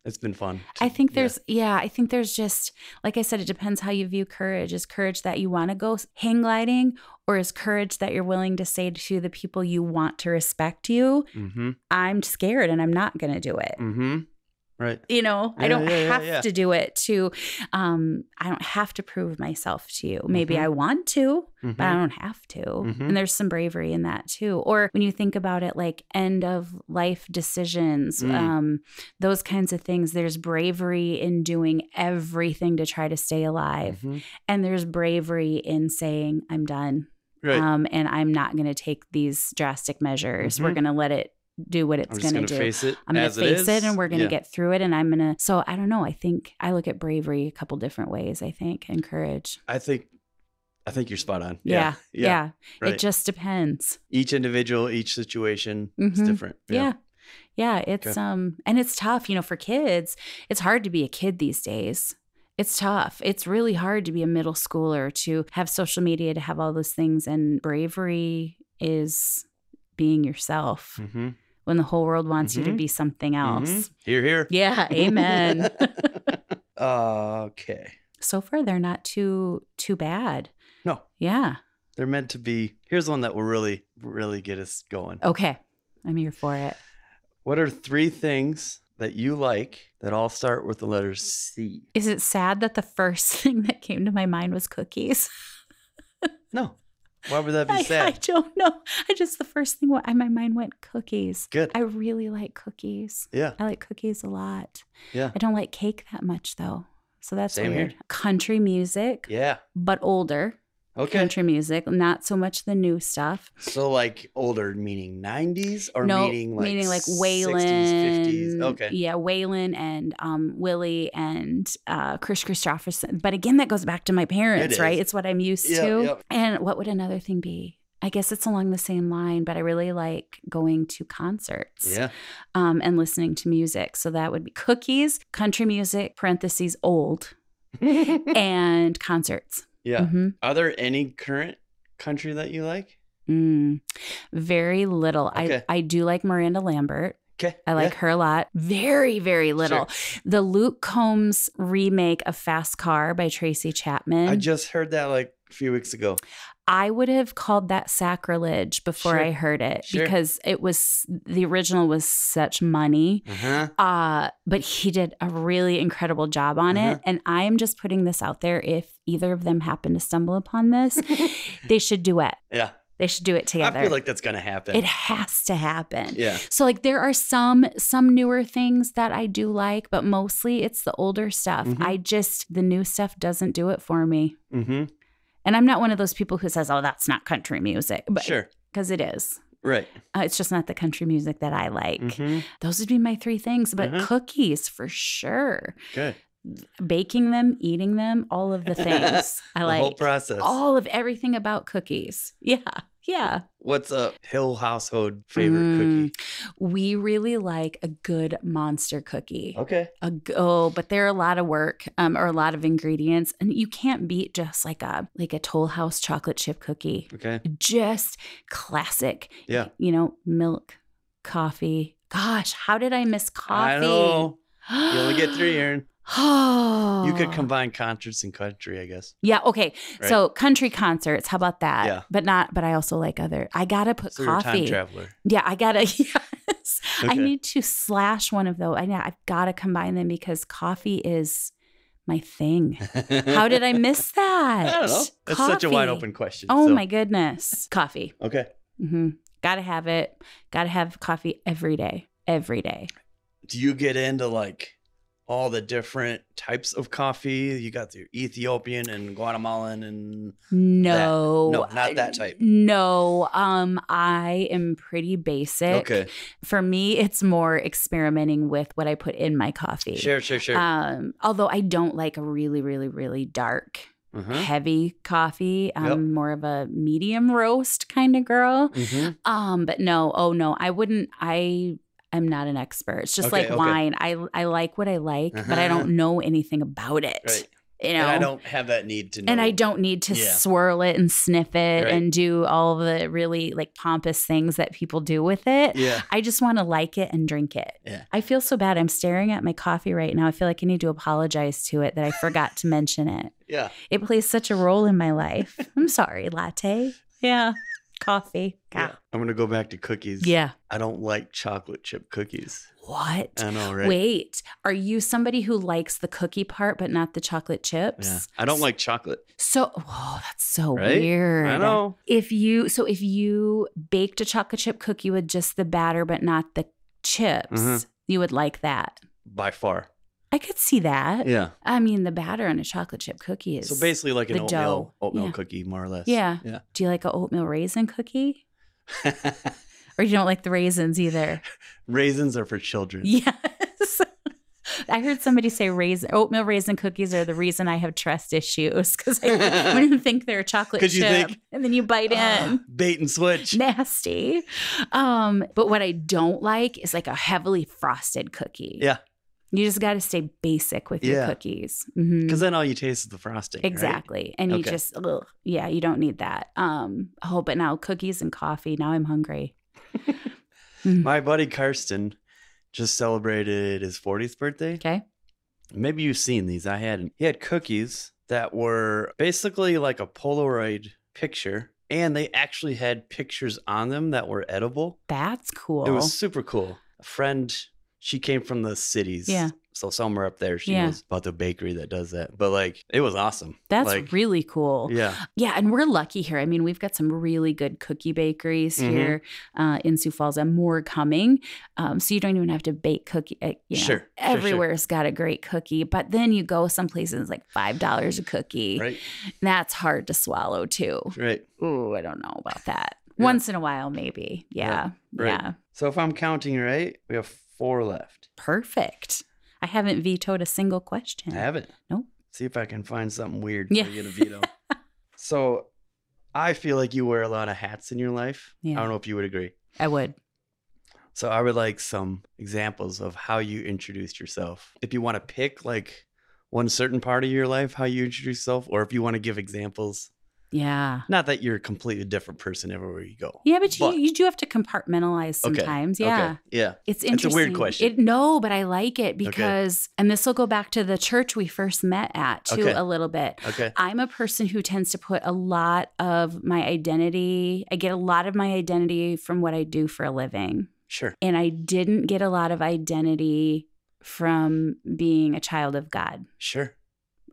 Speaker 1: it's been fun. to-
Speaker 2: I think
Speaker 1: yeah.
Speaker 2: there's, yeah. I think there's just, like I said, it depends how you view courage. Is courage that you want to go hang gliding, or is courage that you're willing to say to the people you want to respect you,
Speaker 1: Mhm.
Speaker 2: I'm scared and I'm not going to do it?
Speaker 1: Mhm. Right.
Speaker 2: You know, I
Speaker 1: Yeah,
Speaker 2: don't
Speaker 1: yeah, yeah,
Speaker 2: have
Speaker 1: yeah.
Speaker 2: to do it to, um, I don't have to prove myself to you. Maybe
Speaker 1: Mhm.
Speaker 2: I want to,
Speaker 1: Mhm.
Speaker 2: but I don't have to.
Speaker 1: Mhm.
Speaker 2: And there's some bravery in that too. Or when you think about it, like end of life decisions,
Speaker 1: Mm.
Speaker 2: um, those kinds of things, there's bravery in doing everything to try to stay alive.
Speaker 1: Mhm.
Speaker 2: And there's bravery in saying, I'm done.
Speaker 1: Right.
Speaker 2: Um, and I'm not going to take these drastic measures. We're
Speaker 1: Mhm.
Speaker 2: going to let it do what
Speaker 1: I'm
Speaker 2: it's
Speaker 1: just
Speaker 2: going to
Speaker 1: going to
Speaker 2: do.
Speaker 1: face it.
Speaker 2: I'm going
Speaker 1: as
Speaker 2: to face it,
Speaker 1: is.
Speaker 2: and we're going to
Speaker 1: Yeah.
Speaker 2: get through it. And I'm going to, so I don't know. I think I look at bravery a couple different ways, I think, and courage.
Speaker 1: I think I think you're spot on.
Speaker 2: Yeah. Yeah.
Speaker 1: Yeah. Right.
Speaker 2: It just depends.
Speaker 1: each individual, each situation is
Speaker 2: Mhm.
Speaker 1: different.
Speaker 2: Yeah. Yeah, it's
Speaker 1: Okay.
Speaker 2: um and it's tough, you know, for kids. It's hard to be a kid these days. It's tough. It's really hard to be a middle schooler to have social media, to have all those things and bravery is being yourself
Speaker 1: Mm-hmm.
Speaker 2: when the whole world wants you to
Speaker 1: Mhm.
Speaker 2: be something else.
Speaker 1: Here, here.
Speaker 2: Yeah, amen.
Speaker 1: okay.
Speaker 2: so far they're not too too bad.
Speaker 1: No,
Speaker 2: Yeah.
Speaker 1: they're meant to be. Here's one that will really, really get us going.
Speaker 2: Okay. I'm here for it.
Speaker 1: What are three things that you like that all start with the letter C?
Speaker 2: Is it sad that the first thing that came to my mind was cookies?
Speaker 1: No. Why would that
Speaker 2: I,
Speaker 1: be
Speaker 2: I
Speaker 1: sad?
Speaker 2: don't know. I just the first thing what my mind went cookies.
Speaker 1: Good.
Speaker 2: I really like cookies.
Speaker 1: yeah.
Speaker 2: I like cookies a lot.
Speaker 1: Yeah.
Speaker 2: I don't like cake that much though. So that's
Speaker 1: Same
Speaker 2: weird.
Speaker 1: here.
Speaker 2: Country music,
Speaker 1: Yeah.
Speaker 2: but older
Speaker 1: Okay.
Speaker 2: country music, not so much the new stuff.
Speaker 1: So like older meaning 90s or
Speaker 2: no,
Speaker 1: meaning like
Speaker 2: meaning like
Speaker 1: 60s, 50s.
Speaker 2: Waylon,
Speaker 1: Okay.
Speaker 2: yeah, Waylon and um, Willie and uh, Chris Christopherson. But again, that goes back to my parents,
Speaker 1: is.
Speaker 2: right? It's what I'm used
Speaker 1: Yep,
Speaker 2: to.
Speaker 1: yep.
Speaker 2: And what would another thing be? I guess it's along the same line, but I really like going to concerts
Speaker 1: Yeah.
Speaker 2: um, and listening to music. So that would be cookies, country music (parentheses old), and concerts.
Speaker 1: yeah.
Speaker 2: Mhm.
Speaker 1: Are there any current country that you like?
Speaker 2: Mm, very little.
Speaker 1: Okay.
Speaker 2: I, I do like Miranda Lambert.
Speaker 1: Okay.
Speaker 2: I like her a lot. Very, very little. The Luke Combs remake of Fast Car by Tracy Chapman.
Speaker 1: I just heard that like a few weeks ago.
Speaker 2: I would have called that sacrilege before
Speaker 1: Sure.
Speaker 2: I heard it
Speaker 1: Sure.
Speaker 2: because it was the original was such money.
Speaker 1: Uh-huh.
Speaker 2: Uh, but he did a really incredible job on
Speaker 1: Uh-huh.
Speaker 2: it. And I am just putting this out there. If either of them happen to stumble upon this, they should duet.
Speaker 1: Yeah.
Speaker 2: They should do it together.
Speaker 1: I feel like that's gonna happen.
Speaker 2: it has to happen.
Speaker 1: yeah.
Speaker 2: So like there are some some newer things that I do like, but mostly it's the older stuff.
Speaker 1: Mhm.
Speaker 2: I just the new stuff doesn't do it for me.
Speaker 1: Mm-hmm.
Speaker 2: And I'm not one of those people who says, "Oh, that's not country music," but
Speaker 1: sure.
Speaker 2: because it is.
Speaker 1: Right.
Speaker 2: Uh, it's just not the country music that I like.
Speaker 1: Mhm.
Speaker 2: Those would be my three things, but
Speaker 1: Mhm.
Speaker 2: cookies for sure.
Speaker 1: Good.
Speaker 2: Baking them, eating them, all of the things I
Speaker 1: the whole
Speaker 2: like.
Speaker 1: process.
Speaker 2: All of everything about cookies. Yeah. Yeah.
Speaker 1: What's a Hill household favorite
Speaker 2: Mm.
Speaker 1: cookie?
Speaker 2: We really like a good monster cookie.
Speaker 1: Okay.
Speaker 2: a go, but they're a lot of work um, or a lot of ingredients, and you can't beat just like a like a Toll House chocolate chip cookie.
Speaker 1: Okay.
Speaker 2: Just classic.
Speaker 1: Yeah.
Speaker 2: You know, milk, coffee. Gosh, how did I miss coffee?
Speaker 1: I know. You only get three, Aaron.
Speaker 2: Oh.
Speaker 1: You could combine concerts and country, I guess.
Speaker 2: Yeah. Okay.
Speaker 1: Right.
Speaker 2: So country concerts. How about that?
Speaker 1: Yeah.
Speaker 2: But not. But I also like other. I gotta put
Speaker 1: So you're a time
Speaker 2: coffee.
Speaker 1: traveler.
Speaker 2: Yeah, I gotta. Yes, I
Speaker 1: Okay.
Speaker 2: need to slash one of those. I know I've got to combine them because coffee is my thing. How did I miss that?
Speaker 1: I don't know. That's such a wide
Speaker 2: Coffee.
Speaker 1: open question.
Speaker 2: Oh
Speaker 1: so-
Speaker 2: my goodness, coffee.
Speaker 1: Okay.
Speaker 2: hmm Gotta have it. Gotta have coffee every day. Every day.
Speaker 1: Do you get into like all the different types of coffee. You got the Ethiopian and Guatemalan and
Speaker 2: No.
Speaker 1: No, not that type.
Speaker 2: No, um, I am pretty basic.
Speaker 1: okay,
Speaker 2: For me, it's more experimenting with what I put in my coffee.
Speaker 1: sure, sure, sure.
Speaker 2: Um, although I don't like a really, really, really dark,
Speaker 1: uh-huh.
Speaker 2: heavy coffee. I'm
Speaker 1: Yep.
Speaker 2: more of a medium roast kind of girl.
Speaker 1: hmm
Speaker 2: Um, but no, oh no, I wouldn't. I am not an expert. It's just
Speaker 1: Okay,
Speaker 2: like
Speaker 1: okay.
Speaker 2: wine. I I like what I like, but I
Speaker 1: Uh-huh.
Speaker 2: don't know anything about it.
Speaker 1: Right.
Speaker 2: You know,
Speaker 1: And I don't have that need to know.
Speaker 2: and I don't need to
Speaker 1: Yeah.
Speaker 2: swirl it and sniff it
Speaker 1: Right.
Speaker 2: and do all the really like pompous things that people do with it.
Speaker 1: Yeah.
Speaker 2: I just want to like it and drink it.
Speaker 1: Yeah.
Speaker 2: I feel so bad. I'm staring at my coffee right now. I feel like I need to apologize to it that I forgot to mention it.
Speaker 1: Yeah.
Speaker 2: It plays such a role in my life. I'm sorry, latte. Yeah. Coffee.
Speaker 1: yeah.
Speaker 2: Yeah.
Speaker 1: I'm gonna go back to cookies.
Speaker 2: yeah.
Speaker 1: I don't like chocolate chip cookies.
Speaker 2: What?
Speaker 1: I know, Uh, right?
Speaker 2: Wait, are you somebody who likes the cookie part but not the chocolate chips?
Speaker 1: Yeah. I don't like chocolate.
Speaker 2: So, oh, that's so
Speaker 1: Right?
Speaker 2: weird.
Speaker 1: I know.
Speaker 2: If you so if you baked a chocolate chip cookie with just the batter but not the chips,
Speaker 1: Mhm.
Speaker 2: you would like that.
Speaker 1: By far.
Speaker 2: I could see that.
Speaker 1: Yeah.
Speaker 2: I mean, the batter on a chocolate chip cookie is
Speaker 1: So basically like an
Speaker 2: the
Speaker 1: oatmeal
Speaker 2: dough.
Speaker 1: oatmeal
Speaker 2: Yeah.
Speaker 1: cookie, more or less.
Speaker 2: Yeah.
Speaker 1: Yeah.
Speaker 2: Do you like a oatmeal raisin cookie? Or you don't like the raisins either?
Speaker 1: Raisins are for children.
Speaker 2: Yes. I heard somebody say raisin oatmeal raisin cookies are the reason I have trust issues because I wouldn't think they're a chocolate
Speaker 1: 'Cause you
Speaker 2: chip,
Speaker 1: think-
Speaker 2: and then you bite
Speaker 1: Ah,
Speaker 2: in.
Speaker 1: bait and switch.
Speaker 2: Nasty. Um, but what I don't like is like a heavily frosted cookie.
Speaker 1: Yeah.
Speaker 2: You just got to stay basic with
Speaker 1: Yeah.
Speaker 2: your cookies. Mhm.
Speaker 1: Because then all you taste is the frosting. right?
Speaker 2: Exactly. And you
Speaker 1: Okay.
Speaker 2: just, ugh, yeah, you don't need that. Um, oh, but now cookies and coffee. Now I'm hungry.
Speaker 1: My buddy Karsten just celebrated his 40th birthday.
Speaker 2: Okay.
Speaker 1: Maybe you've seen these. I had he had cookies that were basically like a Polaroid picture, and they actually had pictures on them that were edible.
Speaker 2: That's cool.
Speaker 1: It was super cool. A friend, she came from the cities.
Speaker 2: Yeah.
Speaker 1: So somewhere up there, she
Speaker 2: Yeah.
Speaker 1: was about the bakery that does that. But like, it was awesome.
Speaker 2: That's
Speaker 1: like,
Speaker 2: really cool.
Speaker 1: Yeah.
Speaker 2: Yeah, and we're lucky here. I mean, we've got some really good cookie bakeries
Speaker 1: Mhm.
Speaker 2: here uh, in Sioux Falls, and more coming. Um, so you don't even have to bake cookie. Uh, you know,
Speaker 1: Sure, sure, sure.
Speaker 2: everywhere's got a great cookie, but then you go some places like five dollars a cookie.
Speaker 1: Right.
Speaker 2: That's hard to swallow too.
Speaker 1: Right.
Speaker 2: Ooh, I don't know about that.
Speaker 1: Yeah.
Speaker 2: Once in a while, maybe. Yeah,
Speaker 1: right.
Speaker 2: yeah,
Speaker 1: So if I'm counting right, we have four left.
Speaker 2: perfect. I haven't vetoed a single question.
Speaker 1: I haven't.
Speaker 2: Nope.
Speaker 1: See if I can find something weird
Speaker 2: Yeah.
Speaker 1: for you to veto. so I feel like you wear a lot of hats in your life.
Speaker 2: Yeah.
Speaker 1: I don't know if you would agree.
Speaker 2: I would.
Speaker 1: So I would like some examples of how you introduced yourself. If you want to pick like one certain part of your life, how you introduce yourself, or if you want to give examples.
Speaker 2: Yeah.
Speaker 1: Not that you're a completely different person everywhere you go.
Speaker 2: Yeah, but you,
Speaker 1: But-
Speaker 2: you do have to compartmentalize
Speaker 1: Okay,
Speaker 2: sometimes. Yeah.
Speaker 1: Okay. Yeah. It's
Speaker 2: It's
Speaker 1: a
Speaker 2: interesting.
Speaker 1: weird question.
Speaker 2: It, no, but I like it because, and this will go back to the church we first met at too
Speaker 1: Okay.
Speaker 2: a little bit.
Speaker 1: Okay.
Speaker 2: I'm a person who tends to put a lot of my identity, I get a lot of my identity from what I do for a living.
Speaker 1: Sure.
Speaker 2: And I didn't get a lot of identity from being a child of God.
Speaker 1: Sure.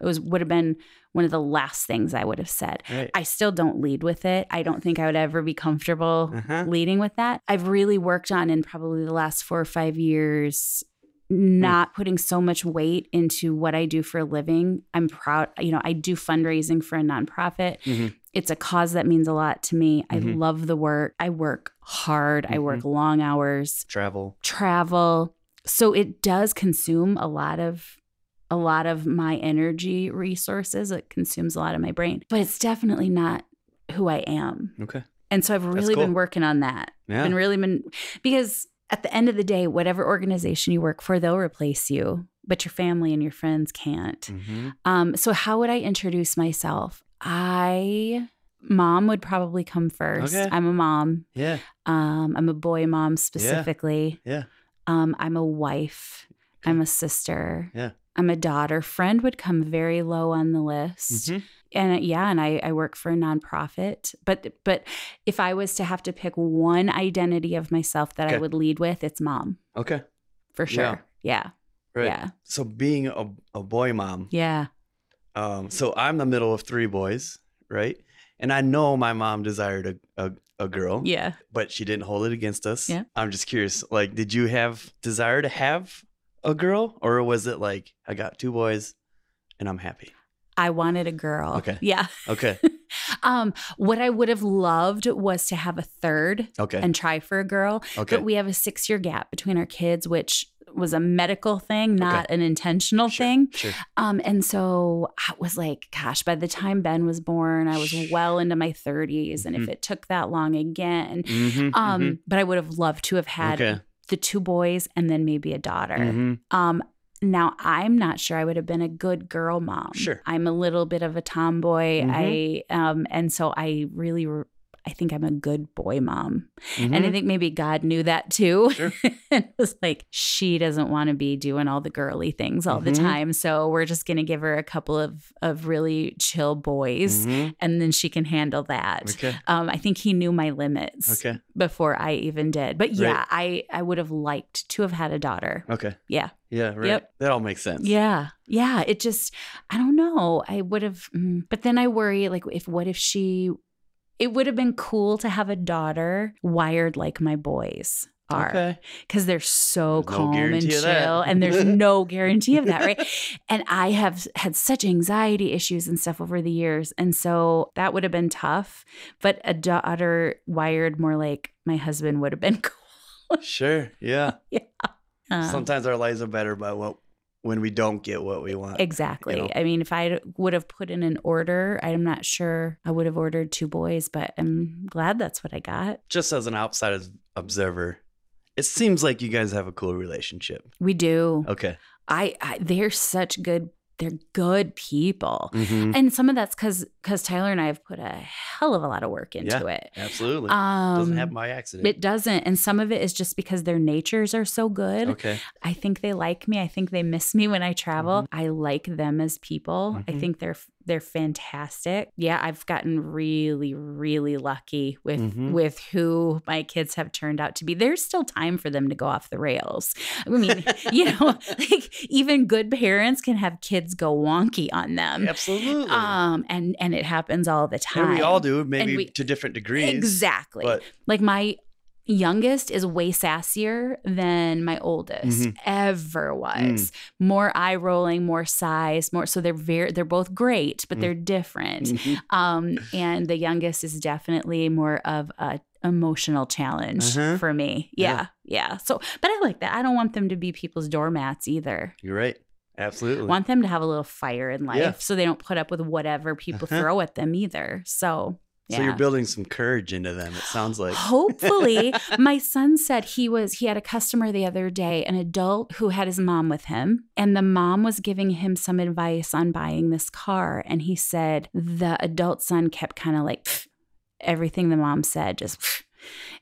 Speaker 2: It was would have been one of the last things I would have said.
Speaker 1: Right.
Speaker 2: I still don't lead with it. I don't think I would ever be comfortable
Speaker 1: Uh-huh.
Speaker 2: leading with that. I've really worked on in probably the last four or five years not putting so much weight into what I do for a living. I'm proud, you know, I do fundraising for a nonprofit.
Speaker 1: Mhm.
Speaker 2: It's a cause that means a lot to me. I
Speaker 1: Mhm.
Speaker 2: love the work. I work hard, I work long hours,
Speaker 1: Travel.
Speaker 2: travel. So it does consume a lot of a lot of my energy resources. It consumes a lot of my brain. But it's definitely not who I am.
Speaker 1: Okay.
Speaker 2: And so I've really
Speaker 1: cool.
Speaker 2: been working on that
Speaker 1: Yeah.
Speaker 2: been really been because at the end of the day, whatever organization you work for, they'll replace you, but your family and your friends can't.
Speaker 1: Mhm.
Speaker 2: Um, so how would I introduce myself? I mom would probably come first.
Speaker 1: Okay.
Speaker 2: I'm a mom.
Speaker 1: Yeah.
Speaker 2: Um, I'm a boy mom specifically.
Speaker 1: Yeah.
Speaker 2: Um, I'm a wife. I'm a sister.
Speaker 1: Yeah.
Speaker 2: I'm a daughter. Friend would come very low on the list
Speaker 1: Mhm.
Speaker 2: and uh, yeah and I, I work for a nonprofit but but if i was to have to pick one identity of myself that
Speaker 1: Okay.
Speaker 2: i would lead with it's mom
Speaker 1: Okay.
Speaker 2: for
Speaker 1: Yeah.
Speaker 2: sure yeah
Speaker 1: Right.
Speaker 2: yeah
Speaker 1: So being a, a boy mom,
Speaker 2: yeah
Speaker 1: um, so I'm the middle of three boys, right? And I know my mom desired a, a, a girl,
Speaker 2: yeah
Speaker 1: but she didn't hold it against us.
Speaker 2: Yeah.
Speaker 1: I'm just curious, like, did you have desire to have a girl, or was it like I got two boys and I'm happy?
Speaker 2: I wanted a girl.
Speaker 1: Okay.
Speaker 2: Yeah.
Speaker 1: Okay.
Speaker 2: Um, what I would have loved was to have a third
Speaker 1: Okay.
Speaker 2: and try for a girl,
Speaker 1: okay.
Speaker 2: but we have a six year gap between our kids, which was a medical thing, not an intentional
Speaker 1: Sure.
Speaker 2: thing.
Speaker 1: sure.
Speaker 2: Um, and so I was like, gosh, by the time Ben was born, I was well into my 30s. And if
Speaker 1: Mhm.
Speaker 2: it took that long again,
Speaker 1: Mhm,
Speaker 2: um,
Speaker 1: mhm,
Speaker 2: but I would have loved to have had
Speaker 1: Okay.
Speaker 2: the two boys and then maybe a daughter.
Speaker 1: mhm.
Speaker 2: Um, now I'm not sure I would have been a good girl mom.
Speaker 1: Sure. Mm-hmm.
Speaker 2: I'm a little bit of a tomboy. I um, and so I really, re- I think I'm a good boy mom, and I
Speaker 1: Mhm.
Speaker 2: think maybe God knew that too,
Speaker 1: Sure.
Speaker 2: and was like, she doesn't want to be doing all the girly things all
Speaker 1: Mhm.
Speaker 2: the time, so we're just gonna give her a couple of of really chill boys,
Speaker 1: Mhm.
Speaker 2: and then she can handle that.
Speaker 1: Okay.
Speaker 2: Um, I think he knew my limits
Speaker 1: Okay.
Speaker 2: before I even did, but yeah, I I would have liked to have had a daughter.
Speaker 1: Okay.
Speaker 2: Yeah.
Speaker 1: Yeah. Right.
Speaker 2: Yep.
Speaker 1: That all makes sense.
Speaker 2: Yeah. Yeah. It just, I don't know. I would have, mm, but then I worry like, if what if she, it would have been cool to have a daughter wired like my boys are
Speaker 1: Okay.
Speaker 2: because they're so
Speaker 1: There's no
Speaker 2: calm and
Speaker 1: guarantee
Speaker 2: chill
Speaker 1: of that.
Speaker 2: and there's no guarantee of that right and i have had such anxiety issues and stuff over the years and so that would have been tough but a daughter wired more like my husband would have been cool
Speaker 1: Sure. Yeah.
Speaker 2: Um,
Speaker 1: Sometimes our lives are better by what when we don't get what we want.
Speaker 2: Exactly.
Speaker 1: know?
Speaker 2: I mean, if I would have put in an order, I'm not sure I would have ordered two boys, but I'm glad that's what I got.
Speaker 1: Just as an outside observer, it seems like you guys have a cool relationship.
Speaker 2: We do.
Speaker 1: Okay.
Speaker 2: I, I they're such good. They're good people,
Speaker 1: Mhm.
Speaker 2: and some of that's because because Tyler and I have put a hell of a lot of work into it.
Speaker 1: Absolutely.
Speaker 2: Um,
Speaker 1: Doesn't happen by accident.
Speaker 2: it doesn't, and some of it is just because their natures are so good.
Speaker 1: okay.
Speaker 2: I think they like me. I think they miss me when I travel. I like them as people.
Speaker 1: Mhm.
Speaker 2: I think they're they're fantastic. Yeah, I've gotten really really lucky with
Speaker 1: Mhm.
Speaker 2: with who my kids have turned out to be. There's still time for them to go off the rails. I mean, you know, like even good parents can have kids go wonky on them.
Speaker 1: Absolutely.
Speaker 2: Um and and it happens all the time.
Speaker 1: and we all do, maybe
Speaker 2: we-
Speaker 1: to different degrees.
Speaker 2: Exactly.
Speaker 1: But
Speaker 2: Like my youngest is way sassier than my oldest
Speaker 1: Mhm.
Speaker 2: ever
Speaker 1: Mm.
Speaker 2: was. More eye rolling, more size, more so they're very they're both great, but
Speaker 1: Mm.
Speaker 2: they're different.
Speaker 1: Mm-hmm.
Speaker 2: Um and the youngest is definitely more of a emotional challenge
Speaker 1: Uh-huh.
Speaker 2: for me.
Speaker 1: Yeah.
Speaker 2: Yeah, yeah. So, but I like that. I don't want them to be people's doormats either.
Speaker 1: you're right. Absolutely.
Speaker 2: want them to have a little fire in life
Speaker 1: Yeah.
Speaker 2: so they don't put up with whatever people
Speaker 1: Uh-huh.
Speaker 2: throw at them either. So, yeah.
Speaker 1: So you're building some courage into them. It sounds like.
Speaker 2: Hopefully, my son said he was he had a customer the other day, an adult who had his mom with him, and the mom was giving him some advice on buying this car, and he said the adult son kept kind of like "Pfft," everything the mom said just "Pfft,"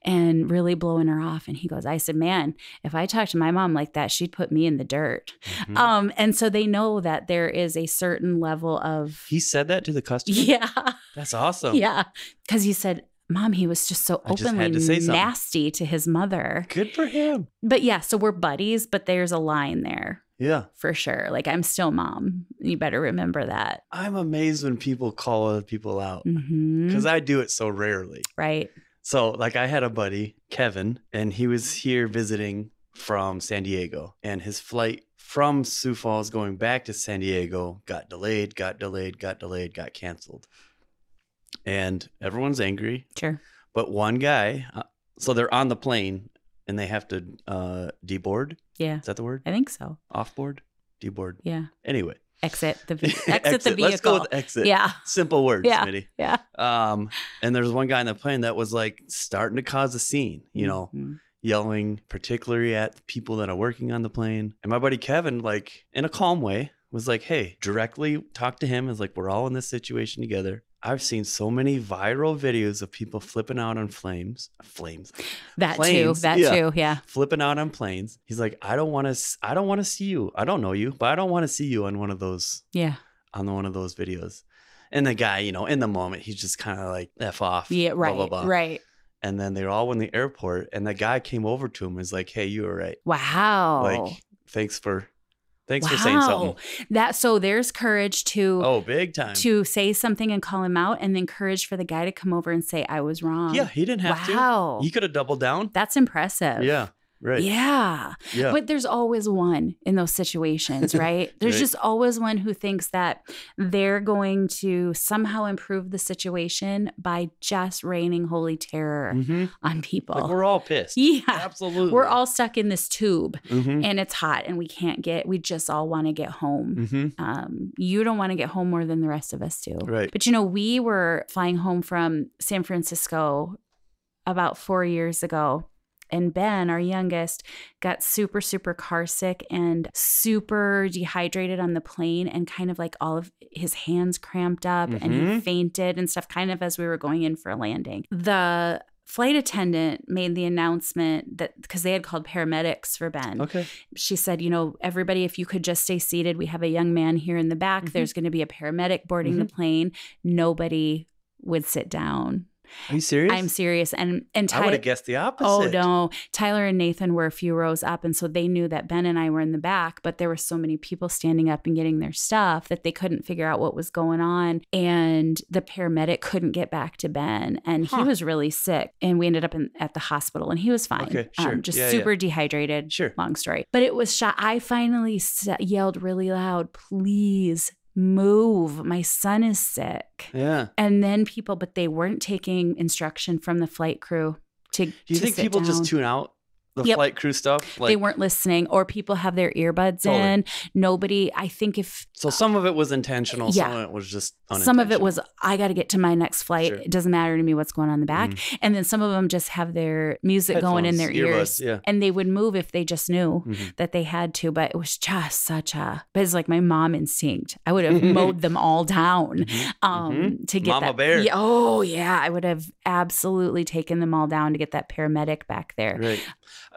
Speaker 2: and really blowing her off and he goes i said man if i talked to my mom like that she'd put me in the dirt
Speaker 1: Mhm.
Speaker 2: um and so they know that there is a certain level of
Speaker 1: he said that to the customer.
Speaker 2: yeah
Speaker 1: That's awesome.
Speaker 2: yeah, because he said, "Mom, he was just so
Speaker 1: I just had
Speaker 2: openly
Speaker 1: to say something."
Speaker 2: nasty to his mother."
Speaker 1: Good for him.
Speaker 2: But yeah, so we're buddies, but there's a line there
Speaker 1: Yeah.
Speaker 2: for sure. Like I'm still mom. You better remember that.
Speaker 1: I'm amazed when people call other people out
Speaker 2: hmm
Speaker 1: because I do it so rarely.
Speaker 2: Right.
Speaker 1: So, like, I had a buddy, Kevin, and he was here visiting from San Diego, and his flight from Sioux Falls going back to San Diego got delayed, got delayed, got delayed, got canceled. And everyone's angry,
Speaker 2: Sure.
Speaker 1: but one guy, uh, so they're on the plane and they have to uh, deboard.
Speaker 2: Yeah,
Speaker 1: Is that the word?
Speaker 2: I think so.
Speaker 1: Offboard? Deboard.
Speaker 2: Yeah.
Speaker 1: Anyway,
Speaker 2: Exit the ve- exit, the vehicle.
Speaker 1: Let's go with exit.
Speaker 2: Yeah.
Speaker 1: Simple words,
Speaker 2: Yeah.
Speaker 1: Smitty.
Speaker 2: Yeah.
Speaker 1: Um, and there's one guy in the plane that was like starting to cause a scene, you know,
Speaker 2: Mhm.
Speaker 1: yelling particularly at the people that are working on the plane. And my buddy Kevin, like in a calm way, was like, hey, directly talk to him. Is like, we're all in this situation together. I've seen so many viral videos of people flipping out on flames, flames,
Speaker 2: that
Speaker 1: planes.
Speaker 2: too. That
Speaker 1: Yeah.
Speaker 2: too. Yeah.
Speaker 1: flipping out on planes. He's like, I don't want to, I don't want to see you. I don't know you, but I don't want to see you on one of those
Speaker 2: Yeah.
Speaker 1: on one of those videos. And the guy, you know, in the moment, he's just kind of like f off.
Speaker 2: Yeah.
Speaker 1: blah,
Speaker 2: Right.
Speaker 1: blah, blah.
Speaker 2: Right.
Speaker 1: And then they were all in the airport, and the guy came over to him and was like, "Hey, you were right.
Speaker 2: Wow.
Speaker 1: Like, thanks for, thanks for saying something.
Speaker 2: That so there's courage to
Speaker 1: Oh, big time.
Speaker 2: to say something and call him out and then courage for the guy to come over and say i was wrong
Speaker 1: yeah, he didn't have
Speaker 2: um, wow
Speaker 1: to. He could have doubled down.
Speaker 2: that's impressive
Speaker 1: Yeah, Right.
Speaker 2: Yeah.
Speaker 1: Yeah.
Speaker 2: But there's always one in those situations, right? There's
Speaker 1: Right.
Speaker 2: just always one who thinks that they're going to somehow improve the situation by just raining holy terror
Speaker 1: Mhm.
Speaker 2: on people.
Speaker 1: Like we're all pissed.
Speaker 2: yeah.
Speaker 1: Absolutely.
Speaker 2: We're all stuck in this tube
Speaker 1: hmm
Speaker 2: and it's hot and we can't get, we just all want to get home.
Speaker 1: hmm
Speaker 2: Um, you don't want to get home more than the rest of us do.
Speaker 1: Right.
Speaker 2: But you know, we were flying home from San Francisco about four years ago. And Ben, our youngest, got super, super car sick and super dehydrated on the plane and kind of like all of his hands cramped up and he
Speaker 1: Mhm.
Speaker 2: fainted and stuff, kind of as we were going in for a landing. The flight attendant made the announcement that because they had called paramedics for Ben
Speaker 1: Okay.
Speaker 2: she said, you know, everybody, if you could just stay seated, we have a young man here in the back.
Speaker 1: Mhm.
Speaker 2: There's going to be a paramedic boarding the plane. Nobody would sit down.
Speaker 1: Are you serious?
Speaker 2: I'm serious. And and
Speaker 1: I would
Speaker 2: Ty-
Speaker 1: have guessed the opposite.
Speaker 2: oh no, Tyler and Nathan were a few rows up, and so they knew that Ben and I were in the back. But there were so many people standing up and getting their stuff that they couldn't figure out what was going on, and the paramedic couldn't get back to Ben, and he
Speaker 1: Huh.
Speaker 2: was really sick, and we ended up in, at the hospital, and he was fine,
Speaker 1: Okay, sure.
Speaker 2: um, just
Speaker 1: Yeah, yeah.
Speaker 2: super dehydrated
Speaker 1: Sure.
Speaker 2: long story. But it was shot. I finally s- yelled really loud, please move. My son is sick.
Speaker 1: Yeah.
Speaker 2: And then people, but they weren't taking instruction from the flight crew to.
Speaker 1: Do you think people just tune out the
Speaker 2: Yep.
Speaker 1: flight crew stuff? Like,
Speaker 2: they weren't listening, or people have their earbuds
Speaker 1: Totally.
Speaker 2: in. Nobody, I think if
Speaker 1: so some of it was intentional.
Speaker 2: Yeah.
Speaker 1: Some of it was just
Speaker 2: some of it
Speaker 1: unintentional.
Speaker 2: was, I got to get to my next flight.
Speaker 1: Sure.
Speaker 2: It doesn't matter to me what's going on in the back. And then some of them just have their music going in their
Speaker 1: Mm-hmm. Headphones,
Speaker 2: ears.
Speaker 1: earbuds, yeah.
Speaker 2: And they would move if they just knew.
Speaker 1: Mhm.
Speaker 2: that they had to, but it was just such a. But it's like my mom instinct. I would have mowed them all down
Speaker 1: Mhm.
Speaker 2: um, to get
Speaker 1: Mama
Speaker 2: that.
Speaker 1: bear.
Speaker 2: Yeah, oh yeah, I would have absolutely taken them all down to get that paramedic back there.
Speaker 1: Right.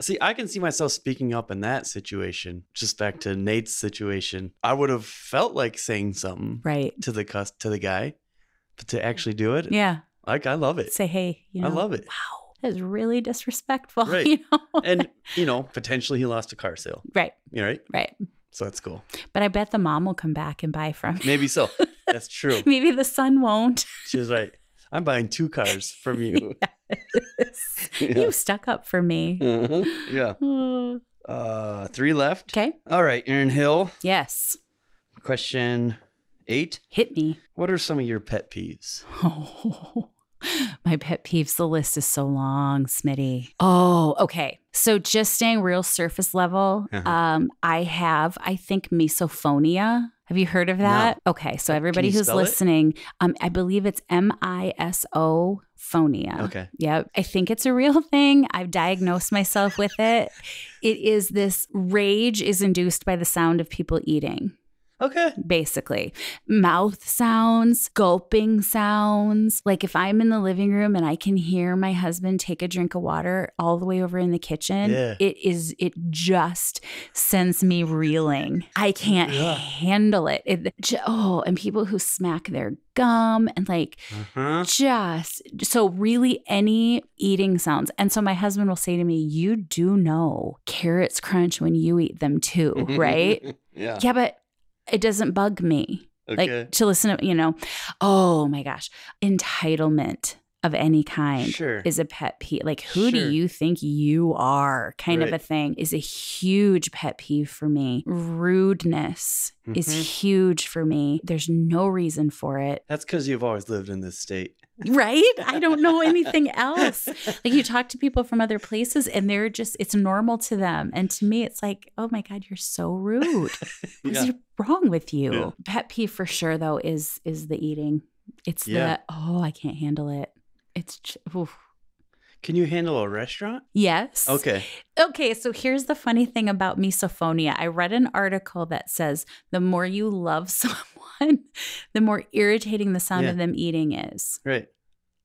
Speaker 1: See, I can see myself speaking up in that situation. Just back to Nate's situation, I would have felt like saying something
Speaker 2: Right.
Speaker 1: to the cus- to the guy, but to actually do it,
Speaker 2: Yeah.
Speaker 1: like I love it.
Speaker 2: Say hey. You know,
Speaker 1: I love it.
Speaker 2: Wow, that was really disrespectful.
Speaker 1: Right.
Speaker 2: You know.
Speaker 1: And you know, potentially he lost a car sale.
Speaker 2: right.
Speaker 1: You right?
Speaker 2: Right.
Speaker 1: So that's cool.
Speaker 2: But I bet the mom will come back and buy from.
Speaker 1: Maybe so. That's true.
Speaker 2: Maybe the son won't.
Speaker 1: She was right. I'm buying two cars from you.
Speaker 2: You stuck up for me.
Speaker 1: Uh-huh. yeah.
Speaker 2: Mm.
Speaker 1: Uh, three left.
Speaker 2: Okay.
Speaker 1: All right, Aaron Hill.
Speaker 2: Yes.
Speaker 1: Question eight.
Speaker 2: Hit me.
Speaker 1: What are some of your pet peeves?
Speaker 2: Oh, my pet peeves. The list is so long, Smitty. Oh, okay. So just staying real surface level,
Speaker 1: Uh-huh.
Speaker 2: um, I have, I think, misophonia. Have you heard of that? Okay, so everybody
Speaker 1: you
Speaker 2: who's
Speaker 1: spell it?
Speaker 2: listening, um, I believe it's M I S O phonia.
Speaker 1: Okay.
Speaker 2: Yep. I think it's a real thing. I've diagnosed myself with it. It is this rage is induced by the sound of people eating
Speaker 1: Okay.
Speaker 2: basically mouth sounds, gulping sounds. Like if I'm in the living room and I can hear my husband take a drink of water all the way over in the kitchen,
Speaker 1: Yeah.
Speaker 2: it is it just sends me reeling. I can't
Speaker 1: Yeah.
Speaker 2: handle it. it. j- Oh, and people who smack their gum and like
Speaker 1: Uh-huh.
Speaker 2: just so really any eating sounds. And so my husband will say to me, "You do know carrots crunch when you eat them too, right?"
Speaker 1: Mm-hmm, yeah.
Speaker 2: yeah, but it doesn't bug me like
Speaker 1: Okay.
Speaker 2: to listen to you know oh my gosh entitlement of any kind
Speaker 1: sure.
Speaker 2: is a pet peeve like
Speaker 1: Sure.
Speaker 2: who do you think you are kind of a
Speaker 1: Right.
Speaker 2: thing is a huge pet peeve for me rudeness
Speaker 1: Mhm.
Speaker 2: is huge for me there's no reason for it
Speaker 1: That's because you've always lived in this state.
Speaker 2: right i don't know anything else like you talk to people from other places and they're just it's normal to them and to me it's like oh my god you're so rude What's
Speaker 1: Yeah.
Speaker 2: wrong with you?
Speaker 1: Yeah.
Speaker 2: Pet peeve for sure though is is the eating. It's
Speaker 1: Yeah.
Speaker 2: the oh I can't handle it. It's j- oof.
Speaker 1: Can you handle a restaurant?
Speaker 2: yes.
Speaker 1: Okay.
Speaker 2: Okay. So here's the funny thing about misophonia. I read an article that says the more you love someone, the more irritating the sound
Speaker 1: Yeah.
Speaker 2: of them eating is.
Speaker 1: Right.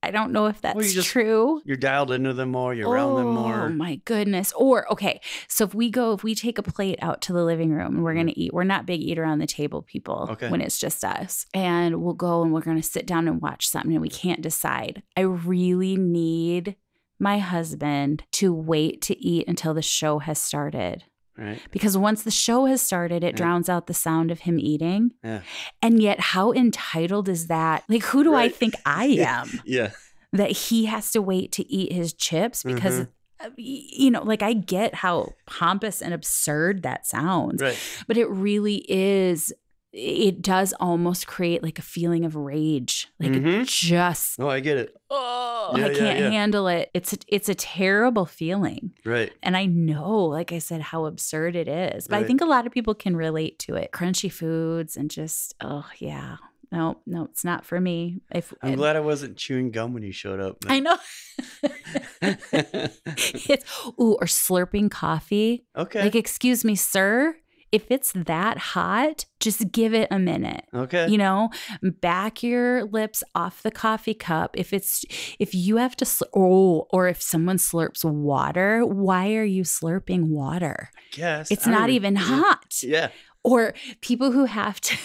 Speaker 2: I don't know if that's
Speaker 1: you just-
Speaker 2: true.
Speaker 1: You're dialed into them more. You're around them
Speaker 2: Oh
Speaker 1: more.
Speaker 2: my goodness. Or okay, so if we go, if we take a plate out to the living room and we're gonna eat, we're not big eat around the table people
Speaker 1: Mm-hmm. Okay.
Speaker 2: when it's just us. And we'll go and we're gonna sit down and watch something and we can't decide. I really need my husband to wait to eat until the show has started.
Speaker 1: Right.
Speaker 2: Because once the show has started, it
Speaker 1: Yeah.
Speaker 2: drowns out the sound of him eating.
Speaker 1: Yeah.
Speaker 2: And yet, how entitled is that? Like, who do I
Speaker 1: Right.
Speaker 2: think I am?
Speaker 1: Yeah.
Speaker 2: that he has to wait to eat his chips because
Speaker 1: Mm-hmm.
Speaker 2: uh, y- you know, like I get how pompous and absurd that sounds,
Speaker 1: Right.
Speaker 2: but it really is. It does almost create like a feeling of rage, like it
Speaker 1: Mhm.
Speaker 2: just
Speaker 1: Oh, I get it.
Speaker 2: oh,
Speaker 1: Yeah,
Speaker 2: I
Speaker 1: yeah,
Speaker 2: can't
Speaker 1: yeah.
Speaker 2: handle it. It's a, it's a terrible feeling,
Speaker 1: Right.
Speaker 2: and I know, like I said, how absurd it is. But
Speaker 1: Right.
Speaker 2: I think a lot of people can relate to it. Crunchy foods and just oh yeah, no, no, it's not for me. If
Speaker 1: I'm glad I wasn't chewing gum when you showed up.
Speaker 2: I know.
Speaker 1: know.
Speaker 2: it's ooh, or slurping coffee.
Speaker 1: okay.
Speaker 2: Like, excuse me, sir, if it's that hot, just give it a minute.
Speaker 1: okay.
Speaker 2: You know, back your lips off the coffee cup. If it's if you have to sl- oh, or if someone slurps water, why are you slurping water?
Speaker 1: Yes.
Speaker 2: It's
Speaker 1: I Mm-hmm. don't
Speaker 2: not even
Speaker 1: yeah.
Speaker 2: hot.
Speaker 1: Yeah.
Speaker 2: Or people who have to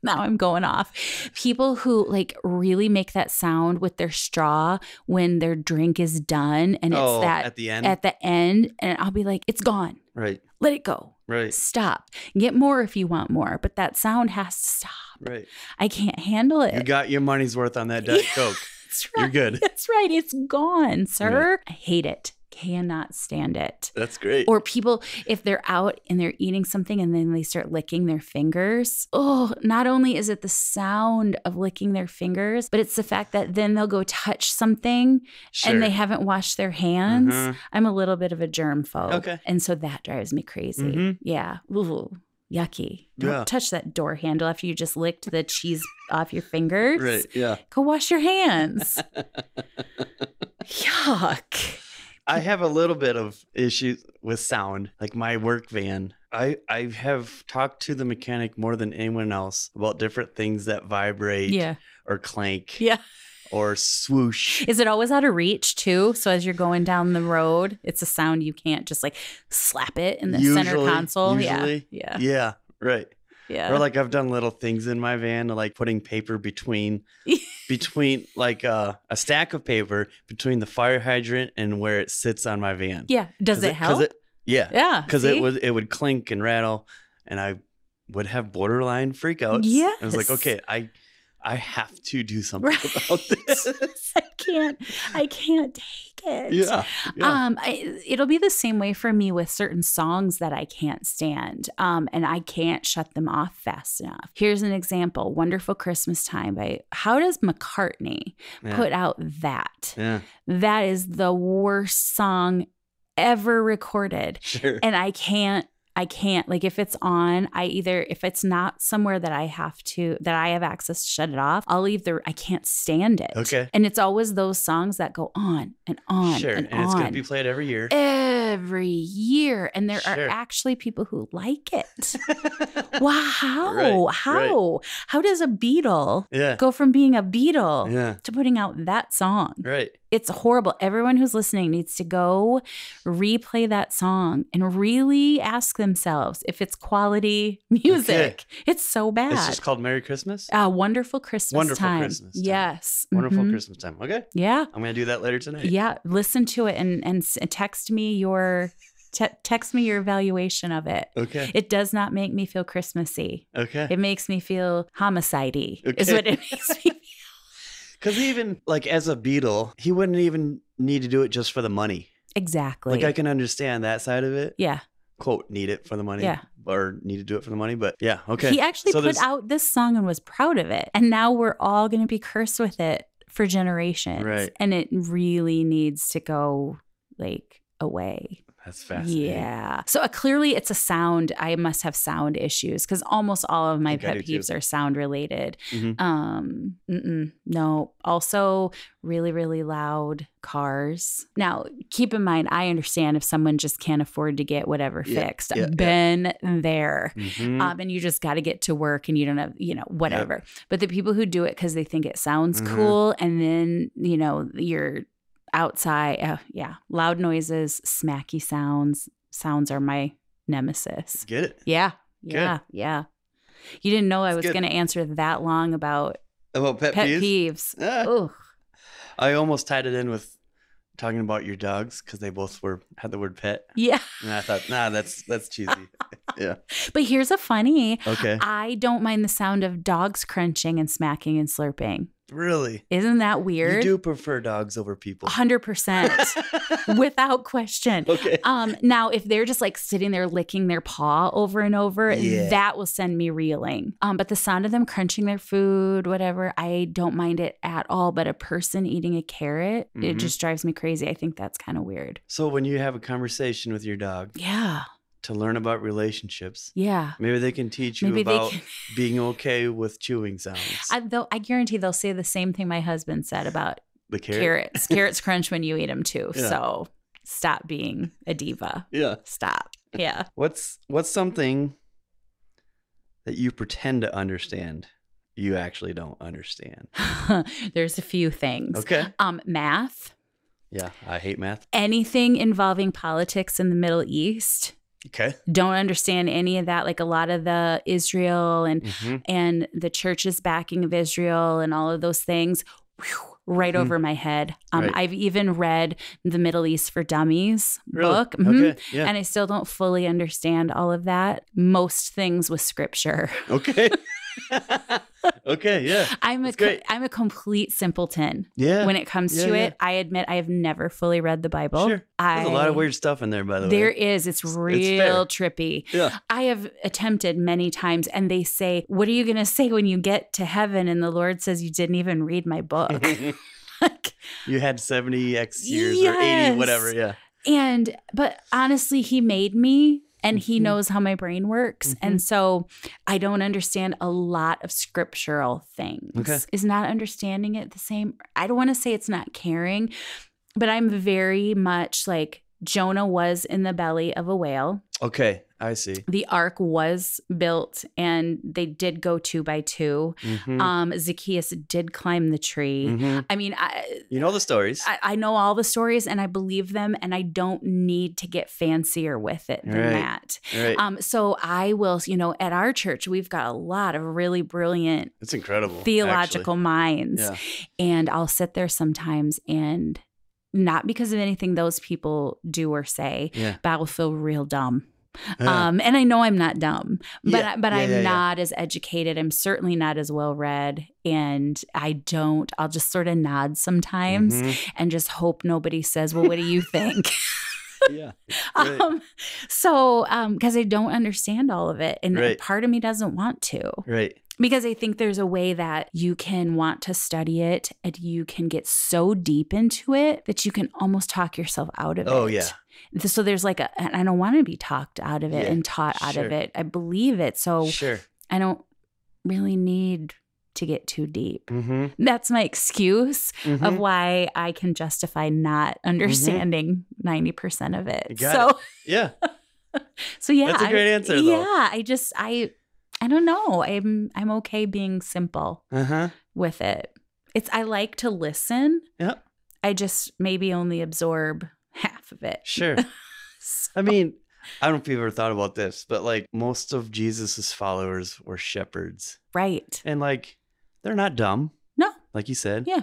Speaker 2: Now I'm going off. People who like really make that sound with their straw when their drink is done and it's
Speaker 1: oh,
Speaker 2: that
Speaker 1: at the end.
Speaker 2: at the end and I'll be like, it's gone.
Speaker 1: right.
Speaker 2: Let it go.
Speaker 1: Right.
Speaker 2: Stop. Get more if you want more, but that sound has to stop.
Speaker 1: Right.
Speaker 2: I can't handle it.
Speaker 1: You got your money's worth on that Diet
Speaker 2: Yeah.
Speaker 1: Coke.
Speaker 2: That's
Speaker 1: You're
Speaker 2: right.
Speaker 1: good.
Speaker 2: That's right. It's gone, sir. I hate it. Cannot stand it.
Speaker 1: That's great.
Speaker 2: Or people, if they're out and they're eating something and then they start licking their fingers. Oh, not only is it the sound of licking their fingers, but it's the fact that then they'll go touch something
Speaker 1: Sure.
Speaker 2: and they haven't washed their hands.
Speaker 1: Mhm.
Speaker 2: I'm a little bit of a germ phobe.
Speaker 1: Okay.
Speaker 2: And so that drives me crazy.
Speaker 1: Mhm.
Speaker 2: Yeah. Ooh, yucky. Don't
Speaker 1: Yeah.
Speaker 2: touch that door handle after you just licked the cheese off your fingers.
Speaker 1: Right. Yeah.
Speaker 2: Go wash your hands. Yuck.
Speaker 1: I have a little bit of issues with sound, like my work van. I, I have talked to the mechanic more than anyone else about different things that vibrate
Speaker 2: Yeah.
Speaker 1: or clank
Speaker 2: Yeah.
Speaker 1: or swoosh.
Speaker 2: Is it always out of reach too? So as you're going down the road, it's a sound you can't just like slap it in the center
Speaker 1: Usually-
Speaker 2: console.
Speaker 1: usually,
Speaker 2: yeah. Yeah.
Speaker 1: Yeah, right.
Speaker 2: Yeah.
Speaker 1: Or like I've done little things in my van, like putting paper between between like uh, a stack of paper between the fire hydrant and where it sits on my van.
Speaker 2: yeah. Does
Speaker 1: 'Cause
Speaker 2: it
Speaker 1: 'cause
Speaker 2: help?
Speaker 1: It, yeah,
Speaker 2: yeah.
Speaker 1: because it
Speaker 2: see?
Speaker 1: was it would clink and rattle, and I would have borderline freakouts. I was like,
Speaker 2: Yes.
Speaker 1: okay, I I have to do something
Speaker 2: Right.
Speaker 1: about this.
Speaker 2: I can't. I can't take it.
Speaker 1: yeah, yeah.
Speaker 2: Um, I, it'll be the same way for me with certain songs that I can't stand, um, and I can't shut them off fast enough. Here's an example: "Wonderful Christmas Time" by How does McCartney
Speaker 1: yeah.
Speaker 2: put out that?
Speaker 1: yeah,
Speaker 2: That is the worst song ever recorded,
Speaker 1: sure.
Speaker 2: and I can't. I can't like if it's on, I either if it's not somewhere that I have to that I have access to shut it off, I'll leave the I can't stand it.
Speaker 1: Okay.
Speaker 2: And it's always those songs that go on and on.
Speaker 1: sure,
Speaker 2: And,
Speaker 1: and it's gonna
Speaker 2: on
Speaker 1: be played every year.
Speaker 2: every year and there
Speaker 1: Sure.
Speaker 2: are actually people who like it wow how
Speaker 1: right.
Speaker 2: how how does a beetle
Speaker 1: yeah,
Speaker 2: go from being a beetle
Speaker 1: yeah,
Speaker 2: to putting out that song
Speaker 1: right.
Speaker 2: it's horrible everyone who's listening needs to go replay that song and really ask themselves if it's quality music it's so bad
Speaker 1: It's just called Merry Christmas.
Speaker 2: uh, wonderful christmas
Speaker 1: Wonderful
Speaker 2: time
Speaker 1: Christmas Time.
Speaker 2: yes
Speaker 1: Wonderful
Speaker 2: Mhm.
Speaker 1: Christmas time. Okay,
Speaker 2: yeah
Speaker 1: I'm gonna do that later tonight.
Speaker 2: yeah listen to it and and s- text me your te- text me your evaluation of it
Speaker 1: Okay.
Speaker 2: it does not make me feel christmassy
Speaker 1: Okay.
Speaker 2: it makes me feel homicide-y is
Speaker 1: Okay.
Speaker 2: what it makes me feel.
Speaker 1: Because even like as a Beatle, he wouldn't even need to do it just for the money.
Speaker 2: exactly
Speaker 1: Like I can understand that side of it.
Speaker 2: yeah
Speaker 1: Quote, need it for the money.
Speaker 2: Yeah.
Speaker 1: Or need to do it for the money. But yeah, okay.
Speaker 2: he actually
Speaker 1: So
Speaker 2: put
Speaker 1: there's-
Speaker 2: out this song and was proud of it and now we're all going to be cursed with it for generations
Speaker 1: Right.
Speaker 2: and it really needs to go like away
Speaker 1: That's fascinating.
Speaker 2: Yeah. So uh, clearly, it's a sound. I must have sound issues because almost all of my
Speaker 1: think I
Speaker 2: pet
Speaker 1: do too.
Speaker 2: peeves are sound related.
Speaker 1: Mhm.
Speaker 2: Um, mm-mm, no. Also, really, really loud cars. Now, keep in mind, I understand if someone just can't afford to get whatever
Speaker 1: Yeah,
Speaker 2: fixed.
Speaker 1: yeah, yeah.
Speaker 2: I've been there.
Speaker 1: Mhm.
Speaker 2: Um, and you just got to get to work and you don't have, you know, whatever. But the people who do it because they think it sounds
Speaker 1: Mhm.
Speaker 2: cool and then, you know, you're outside. Uh, yeah. Loud noises, smacky sounds. Sounds are my nemesis.
Speaker 1: Get it?
Speaker 2: Yeah.
Speaker 1: Good.
Speaker 2: Yeah. Yeah. You didn't know I
Speaker 1: That's
Speaker 2: was
Speaker 1: good.
Speaker 2: going to answer that long about
Speaker 1: About pet,
Speaker 2: pet
Speaker 1: peeves?
Speaker 2: peeves.
Speaker 1: Ah,
Speaker 2: Ugh.
Speaker 1: I almost tied it in with talking about your dogs because they both were had the word pet.
Speaker 2: Yeah.
Speaker 1: And I thought, nah, that's that's cheesy.
Speaker 2: But here's a funny
Speaker 1: Okay.
Speaker 2: I don't mind the sound of dogs crunching and smacking and slurping.
Speaker 1: Really?
Speaker 2: Isn't that
Speaker 1: You
Speaker 2: weird?
Speaker 1: do prefer dogs over people.
Speaker 2: 100% without question.
Speaker 1: okay.
Speaker 2: Um, now, if they're just like sitting there licking their paw over and over,
Speaker 1: Yeah.
Speaker 2: that will send me reeling. Um, but the sound of them crunching their food, whatever, I don't mind it at all. But a person eating a carrot, it
Speaker 1: Mhm.
Speaker 2: just drives me crazy. I think that's kind of weird.
Speaker 1: So when you have a conversation with your dog
Speaker 2: Yeah.
Speaker 1: to learn about relationships,
Speaker 2: Yeah.
Speaker 1: maybe they can teach you
Speaker 2: Maybe they
Speaker 1: about
Speaker 2: can.
Speaker 1: being okay with chewing sounds.
Speaker 2: I, though, I guarantee they'll say the same thing my husband said about
Speaker 1: the carrot.
Speaker 2: carrots. Carrots crunch when you eat them too.
Speaker 1: Yeah.
Speaker 2: So stop being a diva.
Speaker 1: Yeah.
Speaker 2: Stop. Yeah.
Speaker 1: What's what's something that you pretend to understand you actually don't understand?
Speaker 2: There's a few things.
Speaker 1: Okay.
Speaker 2: Um, math.
Speaker 1: Yeah, I hate math.
Speaker 2: anything involving politics in the Middle East.
Speaker 1: Okay.
Speaker 2: Don't understand any of that. Like a lot of the Israel and
Speaker 1: hmm
Speaker 2: and the church's backing of Israel and all of those things. whew, right
Speaker 1: Mhm.
Speaker 2: over my head. Um,
Speaker 1: Right.
Speaker 2: I've even read the Middle East for Dummies
Speaker 1: Really?
Speaker 2: book, mhm,
Speaker 1: Okay. Yeah.
Speaker 2: and I still don't fully understand all of that. Most things with scripture.
Speaker 1: okay. okay. Yeah.
Speaker 2: I'm a
Speaker 1: That's great.
Speaker 2: am a complete simpleton
Speaker 1: Yeah.
Speaker 2: when it comes
Speaker 1: Yeah,
Speaker 2: to
Speaker 1: yeah.
Speaker 2: it. I admit I have never fully read the Bible.
Speaker 1: sure.
Speaker 2: I,
Speaker 1: There's a lot of weird stuff in there, by the
Speaker 2: There
Speaker 1: way.
Speaker 2: is. It's
Speaker 1: It's- it's
Speaker 2: real trippy.
Speaker 1: Yeah.
Speaker 2: I have attempted many times, and they say, What are you going to say when you get to heaven? And the Lord says, You didn't even read my book. Like,
Speaker 1: you had 70x years or 80, whatever.
Speaker 2: Yes.
Speaker 1: Yeah.
Speaker 2: and, but honestly, He made me. And he
Speaker 1: Mhm.
Speaker 2: knows how my brain works.
Speaker 1: Mm-hmm.
Speaker 2: And so I don't understand a lot of scriptural things.
Speaker 1: Okay.
Speaker 2: Is not understanding it the same? I don't want to say it's not caring, but I'm very much like Jonah was in the belly of a whale.
Speaker 1: Okay. I see.
Speaker 2: the ark was built and they did go two by 2
Speaker 1: Mhm.
Speaker 2: Um, Zacchaeus did climb the tree.
Speaker 1: Mhm.
Speaker 2: I mean, I,
Speaker 1: You know the stories.
Speaker 2: I I know all the stories and I believe them, and I don't need to get fancier with it than
Speaker 1: Right.
Speaker 2: that.
Speaker 1: All right.
Speaker 2: Um, so I will, you know, at our church, we've got a lot of really brilliant
Speaker 1: it's incredible.
Speaker 2: theological minds,
Speaker 1: actually.
Speaker 2: and I'll sit there sometimes and not because of anything those people do or say,
Speaker 1: Yeah.
Speaker 2: but I will feel real dumb.
Speaker 1: Yeah. Yeah.
Speaker 2: Um, and I know I'm not dumb, but
Speaker 1: Yeah.
Speaker 2: I but
Speaker 1: Yeah,
Speaker 2: I'm
Speaker 1: yeah, yeah.
Speaker 2: not as educated. I'm certainly not as well read, and I don't. I'll just sort of nod sometimes
Speaker 1: Mhm.
Speaker 2: and just hope nobody says, "Well, what do you think?"
Speaker 1: Yeah. Right.
Speaker 2: um, so, because I don't understand all of it, and
Speaker 1: Right.
Speaker 2: part of me doesn't want to,
Speaker 1: Right.
Speaker 2: because I think there's a way that you can want to study it, and you can get so deep into it that you can almost talk yourself out of it
Speaker 1: Oh, yeah.
Speaker 2: th- so there's like a and I don't want to be talked out of it
Speaker 1: Yeah,
Speaker 2: and taught out
Speaker 1: sure.
Speaker 2: of it. I believe it. So
Speaker 1: Sure.
Speaker 2: I don't really need to get too deep.
Speaker 1: Mm-hmm.
Speaker 2: That's my excuse
Speaker 1: Mhm.
Speaker 2: of why I can justify not understanding 90% of
Speaker 1: Mm-hmm. You
Speaker 2: it.
Speaker 1: got
Speaker 2: So
Speaker 1: Yeah.
Speaker 2: so yeah.
Speaker 1: That's a great
Speaker 2: I,
Speaker 1: answer,
Speaker 2: Yeah,
Speaker 1: though.
Speaker 2: I just I I don't know. I'm I'm okay being simple
Speaker 1: Uh huh.
Speaker 2: with it. It's I like to listen.
Speaker 1: Yeah.
Speaker 2: I just maybe only absorb half of it.
Speaker 1: Sure.
Speaker 2: So-
Speaker 1: I mean, I don't know if you've ever thought about this, but like most of Jesus's followers were shepherds.
Speaker 2: right.
Speaker 1: And like they're not dumb.
Speaker 2: No.
Speaker 1: Like you said.
Speaker 2: Yeah.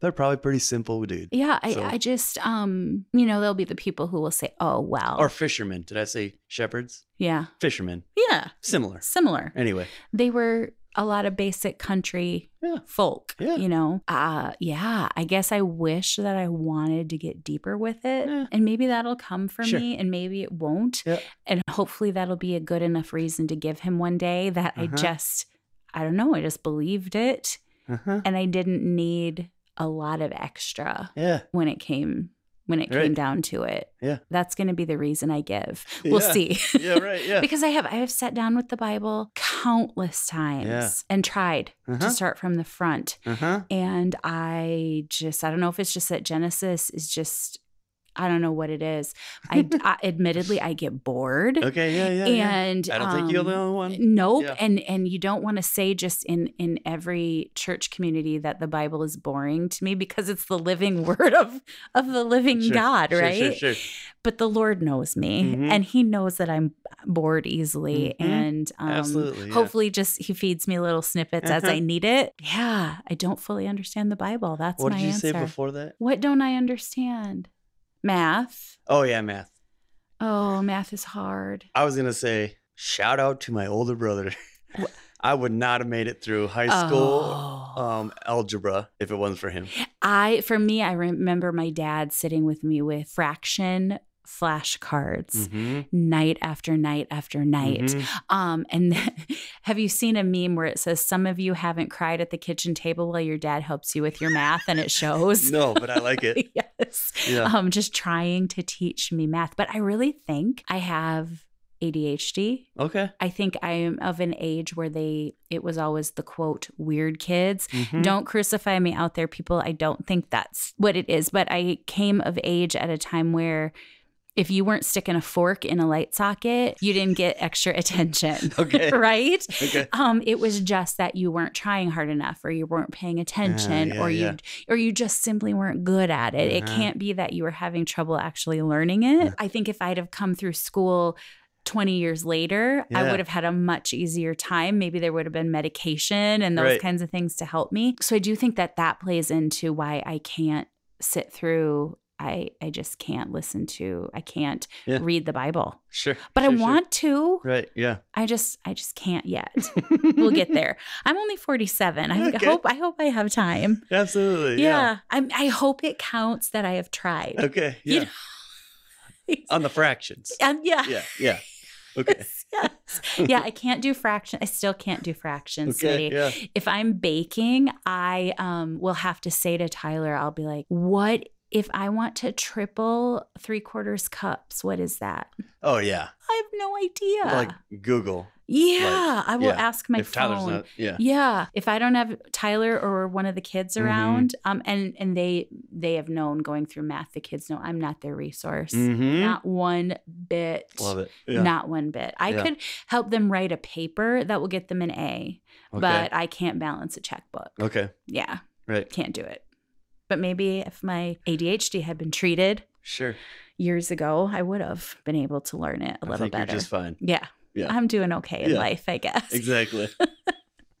Speaker 1: They're probably pretty simple dude.
Speaker 2: Yeah, I,
Speaker 1: So-
Speaker 2: I just um, you know, there'll be the people who will say, "Oh, well."
Speaker 1: Or fishermen. Did I say shepherds?
Speaker 2: yeah.
Speaker 1: Fishermen.
Speaker 2: Yeah,
Speaker 1: Similar.
Speaker 2: similar.
Speaker 1: Anyway.
Speaker 2: They were a lot of basic country
Speaker 1: Yeah.
Speaker 2: folk,
Speaker 1: Yeah.
Speaker 2: you know. Uh, yeah, I guess I wish that I wanted to get deeper with it.
Speaker 1: Yeah.
Speaker 2: And maybe that'll come for
Speaker 1: Sure.
Speaker 2: me and maybe it won't.
Speaker 1: Yeah.
Speaker 2: And hopefully that'll be a good enough reason to give him one day that I
Speaker 1: Uh-huh.
Speaker 2: just I don't know, I just believed it
Speaker 1: Uh huh.
Speaker 2: and I didn't need a lot of extra.
Speaker 1: Yeah.
Speaker 2: when it came when it
Speaker 1: Right.
Speaker 2: came down to it.
Speaker 1: Yeah.
Speaker 2: That's going to be the reason I give. We'll
Speaker 1: Yeah.
Speaker 2: see.
Speaker 1: Yeah. Right. Yeah.
Speaker 2: because I have I have sat down with the Bible countless times
Speaker 1: Yeah.
Speaker 2: and tried
Speaker 1: Uh
Speaker 2: to
Speaker 1: huh.
Speaker 2: start from the front
Speaker 1: Uh huh.
Speaker 2: and I just I don't know if it's just that Genesis is just I don't know what it is. I, I admittedly I get bored
Speaker 1: Okay. Yeah. Yeah. yeah.
Speaker 2: and
Speaker 1: I don't think you're the
Speaker 2: um,
Speaker 1: only one.
Speaker 2: Nope,
Speaker 1: Yeah.
Speaker 2: and and you don't want to say just in in every church community that the Bible is boring to me because it's the living word of of the living
Speaker 1: Sure,
Speaker 2: God,
Speaker 1: sure,
Speaker 2: right?
Speaker 1: Sure. Sure.
Speaker 2: But the Lord knows me,
Speaker 1: Mhm.
Speaker 2: and He knows that I'm bored easily,
Speaker 1: Mhm.
Speaker 2: and um,
Speaker 1: Absolutely, yeah.
Speaker 2: hopefully, just He feeds me little snippets as
Speaker 1: Uh-huh.
Speaker 2: I need it. Yeah, I don't fully understand the Bible. That's
Speaker 1: What
Speaker 2: my
Speaker 1: did you
Speaker 2: answer.
Speaker 1: say before that?
Speaker 2: What don't I understand? Math.
Speaker 1: Oh yeah, math.
Speaker 2: Oh, math is hard.
Speaker 1: I was gonna say shout out to my older brother. I would not have made it through high school um, algebra if it wasn't for him.
Speaker 2: Oh. I for me, I remember my dad sitting with me with fraction flashcards
Speaker 1: Mhm,
Speaker 2: night after night after night.
Speaker 1: mhm.
Speaker 2: Um, and have you seen a meme where it says some of you haven't cried at the kitchen table while your dad helps you with your math and it shows?
Speaker 1: No, but I like it.
Speaker 2: yes.
Speaker 1: Yeah.
Speaker 2: Um, just trying to teach me math. But I really think I have ADHD.
Speaker 1: Okay.
Speaker 2: I think I am of an age where they it was always the quote weird kids.
Speaker 1: Mhm.
Speaker 2: Don't crucify me out there, people. I don't think that's what it is. But I came of age at a time where if you weren't sticking a fork in a light socket, you didn't get extra attention.
Speaker 1: Okay.
Speaker 2: right?
Speaker 1: Okay.
Speaker 2: Um, it was just that you weren't trying hard enough or you weren't paying attention
Speaker 1: yeah,
Speaker 2: or you
Speaker 1: yeah.
Speaker 2: or you just simply weren't good at it. It
Speaker 1: Uh-huh.
Speaker 2: can't be that you were having trouble actually learning it.
Speaker 1: Yeah.
Speaker 2: I think if I'd have come through school 20 years later, I
Speaker 1: Yeah.
Speaker 2: would have had a much easier time. Maybe there would have been medication and those
Speaker 1: Right.
Speaker 2: kinds of things to help me. So I do think that that plays into why I can't sit through I I just can't listen to I can't
Speaker 1: Yeah.
Speaker 2: read the Bible.
Speaker 1: Sure.
Speaker 2: But I
Speaker 1: sure, sure.
Speaker 2: want to.
Speaker 1: Right. Yeah.
Speaker 2: I just I just can't yet. we'll get there. I'm only 47. I
Speaker 1: Okay.
Speaker 2: hope I hope I have time.
Speaker 1: Absolutely.
Speaker 2: Yeah.
Speaker 1: Yeah.
Speaker 2: I'm I hope it counts that I have tried.
Speaker 1: Okay.
Speaker 2: You
Speaker 1: Yeah.
Speaker 2: It's-
Speaker 1: On the fractions.
Speaker 2: um, yeah.
Speaker 1: Yeah. Yeah. Okay.
Speaker 2: Yes. Yeah, I can't do fraction. I still can't do fractions,
Speaker 1: Okay.
Speaker 2: sweetie.
Speaker 1: Yeah.
Speaker 2: If I'm baking, I um will have to say to Tyler, I'll be like, "What if I want to triple three quarters cups? What is that?
Speaker 1: Oh yeah.
Speaker 2: I have no idea.
Speaker 1: Like Google.
Speaker 2: yeah, I will
Speaker 1: yeah.
Speaker 2: ask my
Speaker 1: if
Speaker 2: phone.
Speaker 1: Tyler's not. Yeah.
Speaker 2: yeah if i don't have tyler or one of the kids
Speaker 1: Mhm.
Speaker 2: around um and and they they have known going through math the kids know i'm not their resource
Speaker 1: Mm-hmm.
Speaker 2: not one bit
Speaker 1: Love it. Yeah.
Speaker 2: not one bit i
Speaker 1: Yeah.
Speaker 2: could help them write a paper that will get them an a
Speaker 1: okay.
Speaker 2: but i can't balance a checkbook
Speaker 1: Okay.
Speaker 2: yeah
Speaker 1: Right.
Speaker 2: can't do it but maybe if my adhd had been treated
Speaker 1: Sure.
Speaker 2: years ago i would have been able to learn it a
Speaker 1: I
Speaker 2: little
Speaker 1: think
Speaker 2: better
Speaker 1: You're just fine.
Speaker 2: yeah
Speaker 1: Yeah.
Speaker 2: i'm doing okay in
Speaker 1: Yeah.
Speaker 2: life i guess
Speaker 1: Exactly.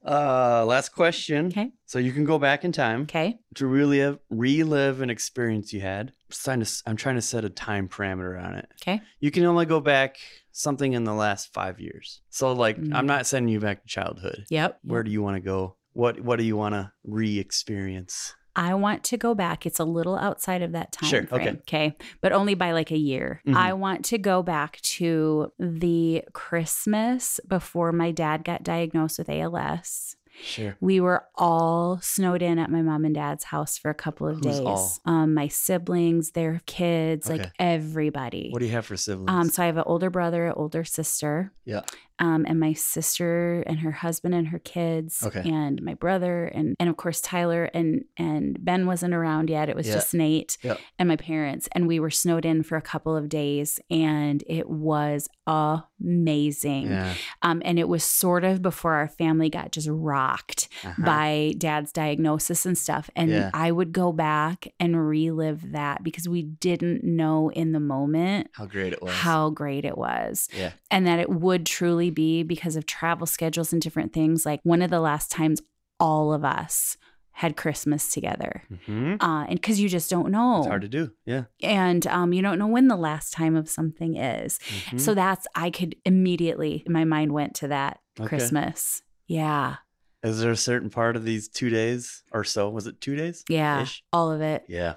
Speaker 1: uh, last question.
Speaker 2: okay
Speaker 1: So you can go back in time
Speaker 2: okay
Speaker 1: to relive, relive an experience you had. I'm trying, to, s- I'm trying to set a time parameter on it.
Speaker 2: okay
Speaker 1: You can only go back something in the last five years. So like,
Speaker 2: Mm.
Speaker 1: I'm not sending you back to childhood.
Speaker 2: yep
Speaker 1: Where do you want to go? What What do you want to re-experience?
Speaker 2: I want to go back. It's a little outside of that time
Speaker 1: Sure, okay.
Speaker 2: frame. Okay. But only by like a year.
Speaker 1: Mhm.
Speaker 2: I want to go back to the Christmas before my dad got diagnosed with ALS.
Speaker 1: Sure.
Speaker 2: We were all snowed in at my mom and dad's house for a couple of
Speaker 1: Who's
Speaker 2: days.
Speaker 1: all?
Speaker 2: Um, my siblings, their kids, like
Speaker 1: Okay.
Speaker 2: everybody.
Speaker 1: What do you have for siblings?
Speaker 2: Um, so I have an older brother, an older sister.
Speaker 1: Yeah.
Speaker 2: Um, and my sister and her husband and her kids.
Speaker 1: Okay.
Speaker 2: And my brother and and of course Tyler and and Ben wasn't around yet. It was
Speaker 1: Yeah.
Speaker 2: just Nate
Speaker 1: Yeah.
Speaker 2: and my parents. And we were snowed in for a couple of days, and it was amazing.
Speaker 1: yeah.
Speaker 2: Um, and it was sort of before our family got just rocked
Speaker 1: Uh-huh.
Speaker 2: by dad's diagnosis and stuff. And
Speaker 1: Yeah.
Speaker 2: I would go back and relive that because we didn't know in the moment
Speaker 1: How great it was.
Speaker 2: how great it was
Speaker 1: Yeah.
Speaker 2: and that it would truly be because of travel schedules and different things like one of the last times all of us had christmas together
Speaker 1: hmm
Speaker 2: uh, and because you just don't know
Speaker 1: It's hard to do. Yeah.
Speaker 2: and um, you don't know when the last time of something is
Speaker 1: Mhm.
Speaker 2: so that's i could immediately my mind went to that
Speaker 1: Okay.
Speaker 2: christmas yeah
Speaker 1: Is there a certain part of these two days or so? Was it two days?
Speaker 2: yeah
Speaker 1: Ish?
Speaker 2: all of it
Speaker 1: Yeah.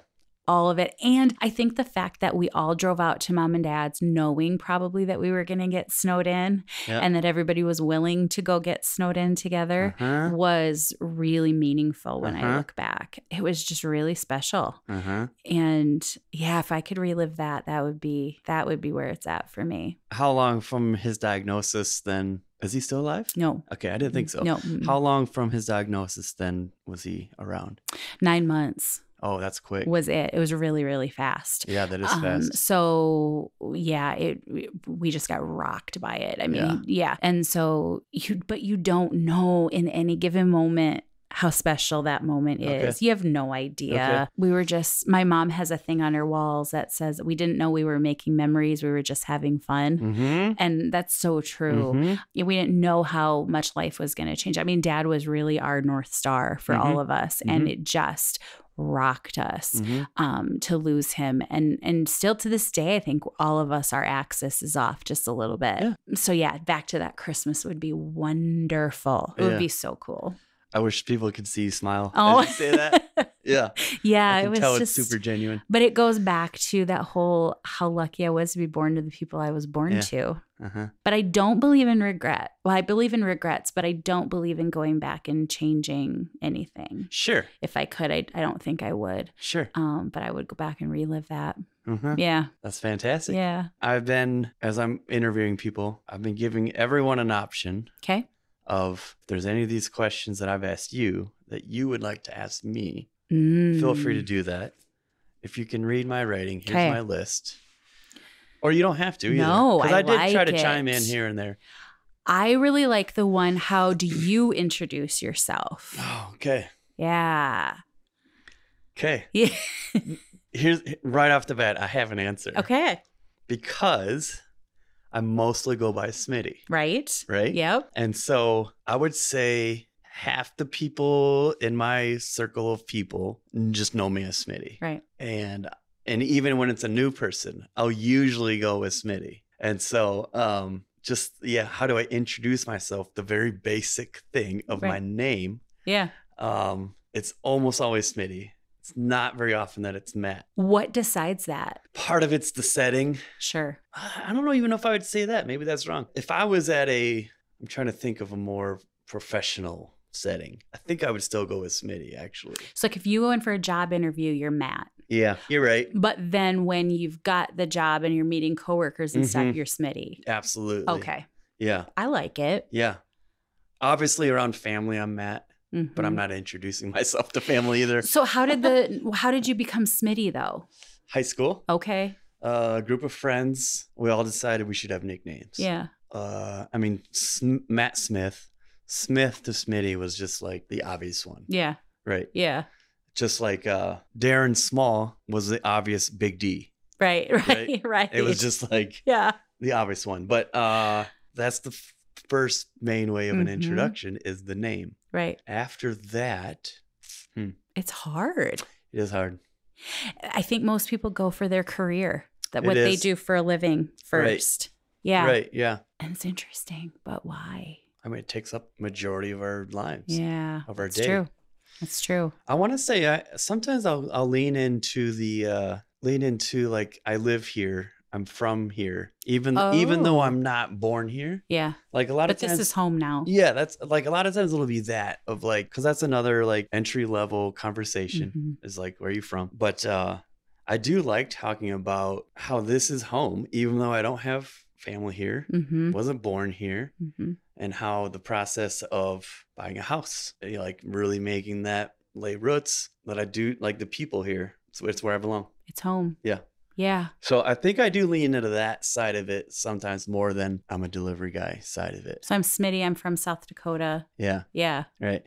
Speaker 2: all of it. And I think the fact that we all drove out to mom and dad's knowing probably that we were going to get snowed in
Speaker 1: Yeah.
Speaker 2: and that everybody was willing to go get snowed in together
Speaker 1: Uh-huh.
Speaker 2: was really meaningful when I
Speaker 1: Uh-huh.
Speaker 2: look back. It was just really special.
Speaker 1: Uh-huh.
Speaker 2: And yeah, if I could relive that, that would be that would be where it's at for me.
Speaker 1: How long from his diagnosis then? Is he still alive?
Speaker 2: No.
Speaker 1: Okay, I didn't think so.
Speaker 2: No. mm,
Speaker 1: How long from his diagnosis then was he around?
Speaker 2: 9 months
Speaker 1: Oh, that's quick.
Speaker 2: was it. It was really really fast.
Speaker 1: yeah, that is
Speaker 2: Um,
Speaker 1: fast.
Speaker 2: So yeah, it we just got rocked by it. I mean,
Speaker 1: Yeah.
Speaker 2: yeah. And so you but you don't know in any given moment how special that moment
Speaker 1: Okay.
Speaker 2: is. You have no idea. We were just my mom has a thing on her walls that says we didn't know we were making memories, we were just having fun.
Speaker 1: Mm-hmm.
Speaker 2: And that's so true. Yeah, We didn't know how
Speaker 1: Mm-hmm.
Speaker 2: much life was going to change. I mean, dad was really our North Star for all of us, and it just rocked us
Speaker 1: mm-hmm.
Speaker 2: um, to lose him. And and still to this day, I think all of us, our axis is off just a little bit.
Speaker 1: Yeah.
Speaker 2: So yeah, back to that Christmas would be wonderful. It
Speaker 1: Yeah.
Speaker 2: would be so cool.
Speaker 1: I wish people could see you smile.
Speaker 2: Oh,
Speaker 1: As you say that. Yeah.
Speaker 2: yeah,
Speaker 1: I can
Speaker 2: it was
Speaker 1: tell
Speaker 2: just.
Speaker 1: it's super genuine.
Speaker 2: but it goes back to that whole how lucky I was to be born to the people I was born
Speaker 1: Yeah.
Speaker 2: to.
Speaker 1: Uh-huh.
Speaker 2: But I don't believe in regret. Well, I believe in regrets, but I don't believe in going back and changing anything.
Speaker 1: Sure.
Speaker 2: If I could, I, I don't think I would.
Speaker 1: Sure.
Speaker 2: Um, but I would go back and relive that.
Speaker 1: Uh-huh.
Speaker 2: Yeah.
Speaker 1: That's fantastic.
Speaker 2: Yeah.
Speaker 1: I've been, as I'm interviewing people, I've been giving everyone an option
Speaker 2: Okay.
Speaker 1: of if there's any of these questions that I've asked you that you would like to ask me, feel free to do that. If you can read my writing, here's
Speaker 2: Hmm. Okay.
Speaker 1: my list. Or you don't have to either.
Speaker 2: No,
Speaker 1: 'cause
Speaker 2: I
Speaker 1: did try
Speaker 2: like
Speaker 1: to chime
Speaker 2: it.
Speaker 1: in here and there.
Speaker 2: I really like the one. How do you introduce yourself?
Speaker 1: Oh, okay.
Speaker 2: Yeah.
Speaker 1: Okay.
Speaker 2: Yeah.
Speaker 1: Here's right off the bat, I have an answer.
Speaker 2: Okay.
Speaker 1: Because I mostly go by Smitty,
Speaker 2: Right.
Speaker 1: right?
Speaker 2: Yep.
Speaker 1: And so I would say half the people in my circle of people just know me as Smitty.
Speaker 2: Right.
Speaker 1: And and even when it's a new person, I'll usually go with Smitty. And so um just yeah, how do I introduce myself? The very basic thing of my
Speaker 2: Right.
Speaker 1: name.
Speaker 2: Yeah.
Speaker 1: Um it's almost always Smitty. It's not very often that it's Matt.
Speaker 2: What decides that?
Speaker 1: Part of it's the setting.
Speaker 2: Sure.
Speaker 1: I I don't know even know if I would say that. Maybe that's wrong. If I was at a, I'm trying to think of a more professional setting. I think I would still go with Smitty, actually.
Speaker 2: So, like, if you go in for a job interview, you're Matt.
Speaker 1: Yeah, you're right.
Speaker 2: But then when you've got the job and you're meeting coworkers and
Speaker 1: Mhm.
Speaker 2: stuff, you're Smitty.
Speaker 1: Absolutely.
Speaker 2: Okay.
Speaker 1: Yeah,
Speaker 2: I like it.
Speaker 1: yeah. Obviously, around family, I'm Matt, but I'm
Speaker 2: Mhm.
Speaker 1: not introducing myself to family either.
Speaker 2: So how did the how did you become Smitty though?
Speaker 1: High school,
Speaker 2: Okay.
Speaker 1: uh, a group of friends, we all decided we should have nicknames.
Speaker 2: Yeah.
Speaker 1: Uh, I mean, Sm- Matt Smith, Smith to Smitty was just like the obvious one,
Speaker 2: Yeah.
Speaker 1: right?
Speaker 2: Yeah.
Speaker 1: just like uh Darren Small was the obvious big D.
Speaker 2: Right. Right.
Speaker 1: Right.
Speaker 2: Right.
Speaker 1: It was just like
Speaker 2: yeah.
Speaker 1: the obvious one. But uh that's the f- first main way of an
Speaker 2: Mhm.
Speaker 1: introduction is the name.
Speaker 2: Right.
Speaker 1: After that, hmm,
Speaker 2: It's hard.
Speaker 1: it is hard.
Speaker 2: I think most people go for their career, that
Speaker 1: It
Speaker 2: what they
Speaker 1: is.
Speaker 2: do for a living first. Yeah.
Speaker 1: Right, yeah.
Speaker 2: And it's interesting, but why?
Speaker 1: I mean it takes up majority of our lives.
Speaker 2: Yeah.
Speaker 1: Of our
Speaker 2: It's
Speaker 1: day.
Speaker 2: true. That's true.
Speaker 1: I want to say I sometimes I'll I'll lean into the uh lean into like I live here. I'm from here. Even even though
Speaker 2: Oh.
Speaker 1: I'm not born here.
Speaker 2: Yeah.
Speaker 1: Like a lot
Speaker 2: But
Speaker 1: of
Speaker 2: this
Speaker 1: times
Speaker 2: is home now.
Speaker 1: Yeah, that's like a lot of times it'll be that of like, because that's another like entry level conversation
Speaker 2: Mhm.
Speaker 1: is like, where are you from? But uh, I do like talking about how this is home, even though I don't have family here,
Speaker 2: Mhm.
Speaker 1: wasn't born here,
Speaker 2: Mhm.
Speaker 1: and how the process of buying a house, you know, like really making that lay roots that I do like the people here. So it's where I belong.
Speaker 2: It's home.
Speaker 1: Yeah.
Speaker 2: Yeah.
Speaker 1: So I think I do lean into that side of it sometimes more than I'm a delivery guy side of it.
Speaker 2: So I'm Smitty. I'm from South Dakota.
Speaker 1: Yeah,
Speaker 2: Yeah.
Speaker 1: right.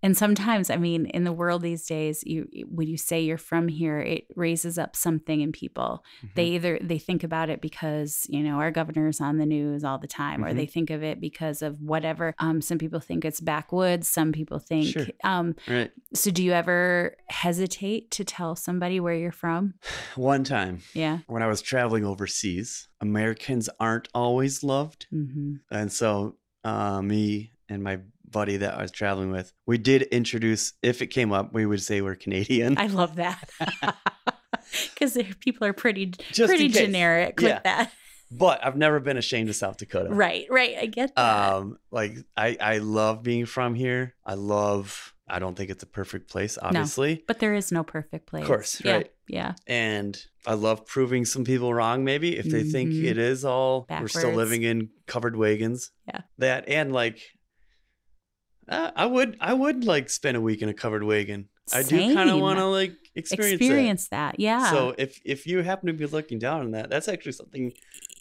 Speaker 2: And sometimes, I mean, in the world these days, you when you say you're from here, it raises up something in people. they
Speaker 1: Mm-hmm.
Speaker 2: either they think about it because you know our governor's on the news all the time or
Speaker 1: Mhm.
Speaker 2: they think of it because of whatever um, some people think it's backwoods some people think
Speaker 1: Sure.
Speaker 2: um,
Speaker 1: Mhm. right.
Speaker 2: so do you ever hesitate to tell somebody where you're from
Speaker 1: One time
Speaker 2: yeah
Speaker 1: when I was traveling overseas, Americans aren't always loved.
Speaker 2: hmm
Speaker 1: And so, uh, me and my buddy that I was traveling with, we did introduce, if it came up, we would say we're Canadian.
Speaker 2: i love that because people are pretty
Speaker 1: Just in
Speaker 2: pretty
Speaker 1: case.
Speaker 2: generic
Speaker 1: Yeah.
Speaker 2: with that
Speaker 1: But I've never been ashamed of South Dakota.
Speaker 2: right right i get that
Speaker 1: Um, like I, I love being from here. I love. I don't think it's a perfect place, obviously,
Speaker 2: but there is no perfect place
Speaker 1: course,
Speaker 2: yeah
Speaker 1: right.
Speaker 2: yeah
Speaker 1: and I love proving some people wrong. Maybe if they think
Speaker 2: Mhm.
Speaker 1: it is all we're still
Speaker 2: Backwards.
Speaker 1: living in covered wagons.
Speaker 2: Yeah.
Speaker 1: that and like, uh, I would I would like spend a week in a covered wagon. I do kind of
Speaker 2: Same.
Speaker 1: want to like experience,
Speaker 2: experience that, yeah
Speaker 1: That. So if if you happen to be looking down on that, that's actually something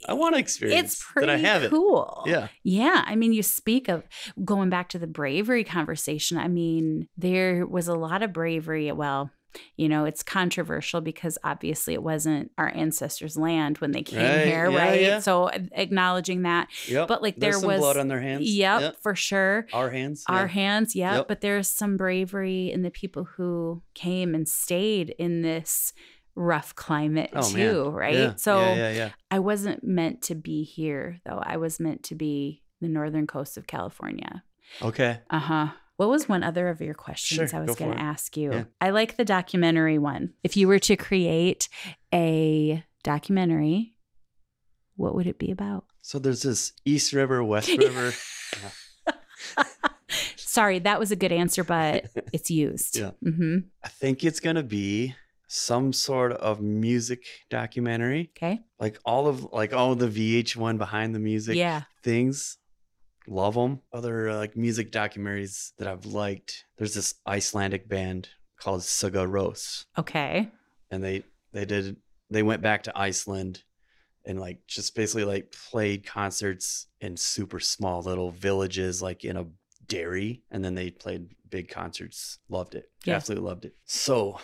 Speaker 1: I want to experience.
Speaker 2: it's pretty
Speaker 1: that I have
Speaker 2: cool
Speaker 1: it. Yeah,
Speaker 2: Yeah, I mean, you speak of going back to the bravery conversation. I mean, there was a lot of bravery. Well, you know, it's controversial because obviously it wasn't our ancestors' land when they came
Speaker 1: Right,
Speaker 2: here,
Speaker 1: yeah,
Speaker 2: right?
Speaker 1: yeah.
Speaker 2: So acknowledging that.
Speaker 1: Yep.
Speaker 2: But, like,
Speaker 1: There's
Speaker 2: there
Speaker 1: some
Speaker 2: was-
Speaker 1: blood on their hands.
Speaker 2: Yep, for sure.
Speaker 1: Our hands.
Speaker 2: Our
Speaker 1: yeah.
Speaker 2: hands, yeah.
Speaker 1: Yep.
Speaker 2: But there's some bravery in the people who came and stayed in this rough climate
Speaker 1: Oh, man.
Speaker 2: too, right?
Speaker 1: Yeah,
Speaker 2: So
Speaker 1: yeah, yeah, yeah.
Speaker 2: I wasn't meant to be here though. I was meant to be the northern coast of California.
Speaker 1: Okay.
Speaker 2: Uh huh. What was one other of your questions
Speaker 1: Uh-huh. Sure,
Speaker 2: I
Speaker 1: go
Speaker 2: was
Speaker 1: for
Speaker 2: going
Speaker 1: it.
Speaker 2: to ask you?
Speaker 1: Yeah.
Speaker 2: I like the documentary one. If you were to create a documentary, what would it be about?
Speaker 1: So there's this East River, West
Speaker 2: Yeah.
Speaker 1: River.
Speaker 2: Sorry, that was a good answer, but it's used.
Speaker 1: Yeah.
Speaker 2: Mm-hmm.
Speaker 1: I think it's gonna be some sort of music documentary,
Speaker 2: Okay.
Speaker 1: like all of like all the VH1 behind the music
Speaker 2: yeah.
Speaker 1: things. Love them. Other uh, like music documentaries that I've liked. There's this Icelandic band called Sugar Rose,
Speaker 2: Okay.
Speaker 1: and they they did they went back to Iceland and like just basically like played concerts in super small little villages like in a dairy and then they played big concerts loved it
Speaker 2: Yeah.
Speaker 1: absolutely loved it so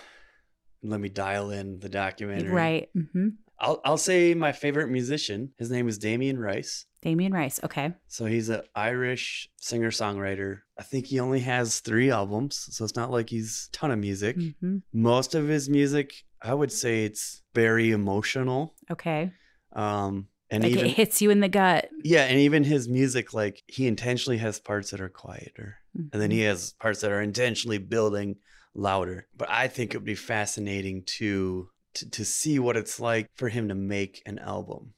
Speaker 1: let me dial in the documentary
Speaker 2: Right. Mm-hmm.
Speaker 1: I'll, I'll say my favorite musician his name is Damien Rice
Speaker 2: Damien Rice. Okay.
Speaker 1: so he's an Irish singer songwriter I think he only has three albums so it's not like he's a ton of music
Speaker 2: hmm
Speaker 1: most of his music i would say it's very emotional
Speaker 2: Okay.
Speaker 1: um and
Speaker 2: like
Speaker 1: even
Speaker 2: it hits you in the gut.
Speaker 1: yeah and even his music like he intentionally has parts that are quieter and then
Speaker 2: Mhm.
Speaker 1: he has parts that are intentionally building louder but i think it would be fascinating to to, to see what it's like for him to make an album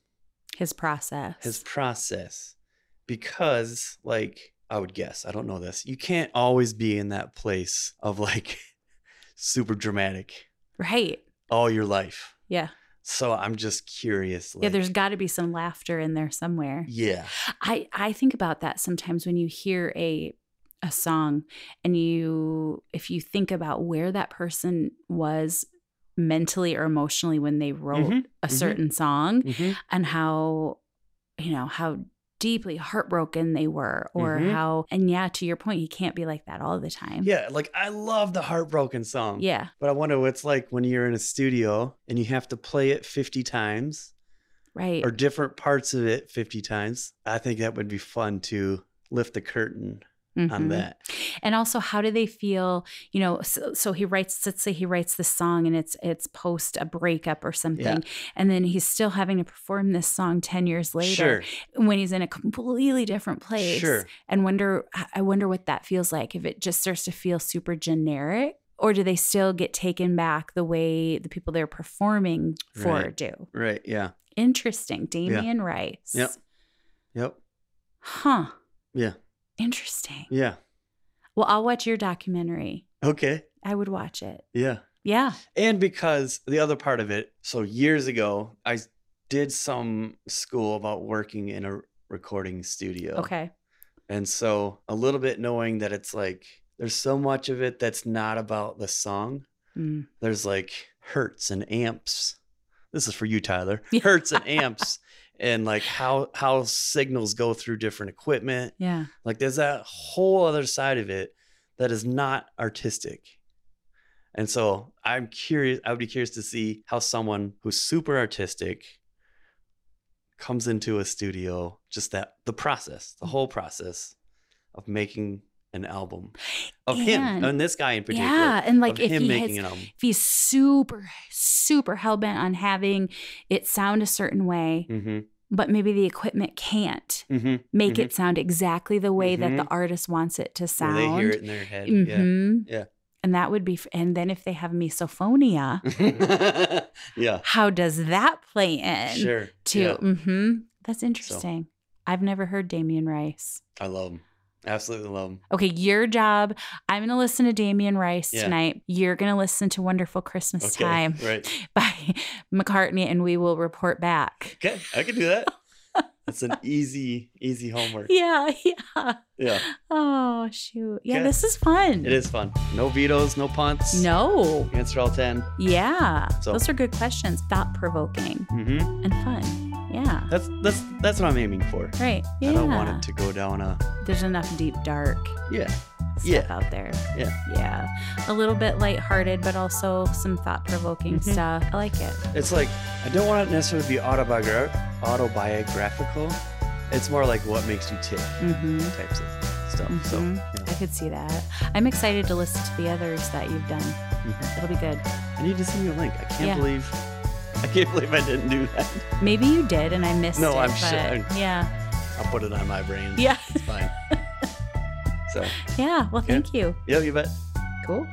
Speaker 2: his process.
Speaker 1: his process because like i would guess i don't know this you can't always be in that place of like super dramatic
Speaker 2: right.
Speaker 1: all your life
Speaker 2: Yeah.
Speaker 1: So I'm just curious.
Speaker 2: yeah.
Speaker 1: like-
Speaker 2: There's got to be some laughter in there somewhere.
Speaker 1: yeah,
Speaker 2: I I think about that sometimes when you hear a a song and you if you think about where that person was mentally or emotionally when they wrote
Speaker 1: Mhm,
Speaker 2: a
Speaker 1: mhm.
Speaker 2: certain song and how you know how deeply heartbroken they were or
Speaker 1: Mhm.
Speaker 2: how and yeah to your point he can't be like that all the time.
Speaker 1: yeah. Like I love the heartbroken song.
Speaker 2: Yeah.
Speaker 1: but I wonder what it's like when you're in a studio and you have to play it 50 times
Speaker 2: Right.
Speaker 1: or different parts of it 50 times. I think that would be fun to lift the curtain on
Speaker 2: Mhm.
Speaker 1: that.
Speaker 2: and also how do they feel you know so, so he writes let's say he writes this song and it's it's post a breakup or something and then he's still having to perform this song 10 years later
Speaker 1: Sure,
Speaker 2: when he's in a completely different place
Speaker 1: sure.
Speaker 2: and wonder i wonder what that feels like if it just starts to feel super generic or do they still get taken back the way the people they're performing for
Speaker 1: Right.
Speaker 2: do
Speaker 1: Right. Yeah.
Speaker 2: interesting damien rice
Speaker 1: Yep. Yep.
Speaker 2: huh
Speaker 1: Yeah.
Speaker 2: interesting
Speaker 1: Yeah.
Speaker 2: well i'll watch your documentary
Speaker 1: Okay.
Speaker 2: i would watch it
Speaker 1: Yeah.
Speaker 2: yeah
Speaker 1: And because the other part of it, so years ago, I did some school about working in a recording studio.
Speaker 2: okay
Speaker 1: And so a little bit knowing that it's like there's so much of it that's not about the song.
Speaker 2: Mm.
Speaker 1: There's like hertz and amps. This is for you, Tyler.
Speaker 2: Yeah.
Speaker 1: Hertz and amps and like how how signals go through different equipment.
Speaker 2: Yeah.
Speaker 1: Like there's that whole other side of it that is not artistic. And so I'm curious, I would be curious to see how someone who's super artistic comes into a studio, just that the process,
Speaker 2: Mm.
Speaker 1: the whole process of making an album of him
Speaker 2: And-
Speaker 1: and this guy in particular.
Speaker 2: Yeah. And
Speaker 1: of
Speaker 2: like if
Speaker 1: him
Speaker 2: he has,
Speaker 1: making an
Speaker 2: if
Speaker 1: album.
Speaker 2: he's super, super hell bent on having it sound a certain way,
Speaker 1: Mm-hmm.
Speaker 2: but maybe the equipment can't
Speaker 1: Mm-hmm.
Speaker 2: make it sound exactly the way that
Speaker 1: Mhm.
Speaker 2: the artist wants it to
Speaker 1: Where
Speaker 2: sound.
Speaker 1: they hear it in their head.
Speaker 2: Mhm.
Speaker 1: Yeah.
Speaker 2: And that would be, f- and then if they have misophonia,
Speaker 1: Yeah. yeah.
Speaker 2: how does that play in?
Speaker 1: Sure.
Speaker 2: Mm-hmm. To,
Speaker 1: Yeah.
Speaker 2: hmm That's interesting. I've never heard Damien Rice.
Speaker 1: I love him. Absolutely love him.
Speaker 2: Okay, your job. I'm going to listen to Damien Rice
Speaker 1: Yeah.
Speaker 2: tonight. You're going to listen to Wonderful Christmas
Speaker 1: Okay.
Speaker 2: Time.
Speaker 1: Right.
Speaker 2: by McCartney and we will report back.
Speaker 1: Okay, I can do that. That's an easy, easy homework.
Speaker 2: Yeah, yeah.
Speaker 1: Yeah,
Speaker 2: Oh, shoot. Yeah,
Speaker 1: Okay.
Speaker 2: this is fun.
Speaker 1: it is fun. No vetoes, no punts.
Speaker 2: No.
Speaker 1: Answer all 10.
Speaker 2: Yeah.
Speaker 1: So-
Speaker 2: Those are good questions, thought provoking
Speaker 1: Mm-hmm.
Speaker 2: and fun. Yeah.
Speaker 1: That's that's that's what I'm aiming for.
Speaker 2: Right. Yeah.
Speaker 1: I don't want it to go down a
Speaker 2: There's enough deep dark.
Speaker 1: yeah.
Speaker 2: stuff
Speaker 1: Yeah.
Speaker 2: out there.
Speaker 1: Yeah.
Speaker 2: Yeah. A little bit lighthearted, but also some thought provoking
Speaker 1: Mhm.
Speaker 2: stuff. I like it.
Speaker 1: It's like I don't want it necessarily to be autobiogra- autobiographical. It's more like what makes you tick
Speaker 2: hmm
Speaker 1: types of stuff. So
Speaker 2: Mhm.
Speaker 1: yeah.
Speaker 2: I could see that. I'm excited to listen to the others that you've done.
Speaker 1: Mhm.
Speaker 2: It'll be good.
Speaker 1: I need to send you a link. I can't
Speaker 2: Yeah.
Speaker 1: believe I can't believe I didn't do that.
Speaker 2: Maybe you did and I missed
Speaker 1: No,
Speaker 2: it.
Speaker 1: I'm
Speaker 2: but
Speaker 1: sure.
Speaker 2: Yeah.
Speaker 1: I'll put it on my brain.
Speaker 2: Yeah.
Speaker 1: It's fine. so
Speaker 2: Yeah. Well,
Speaker 1: Yeah.
Speaker 2: thank you.
Speaker 1: yeah, you bet.
Speaker 2: Cool.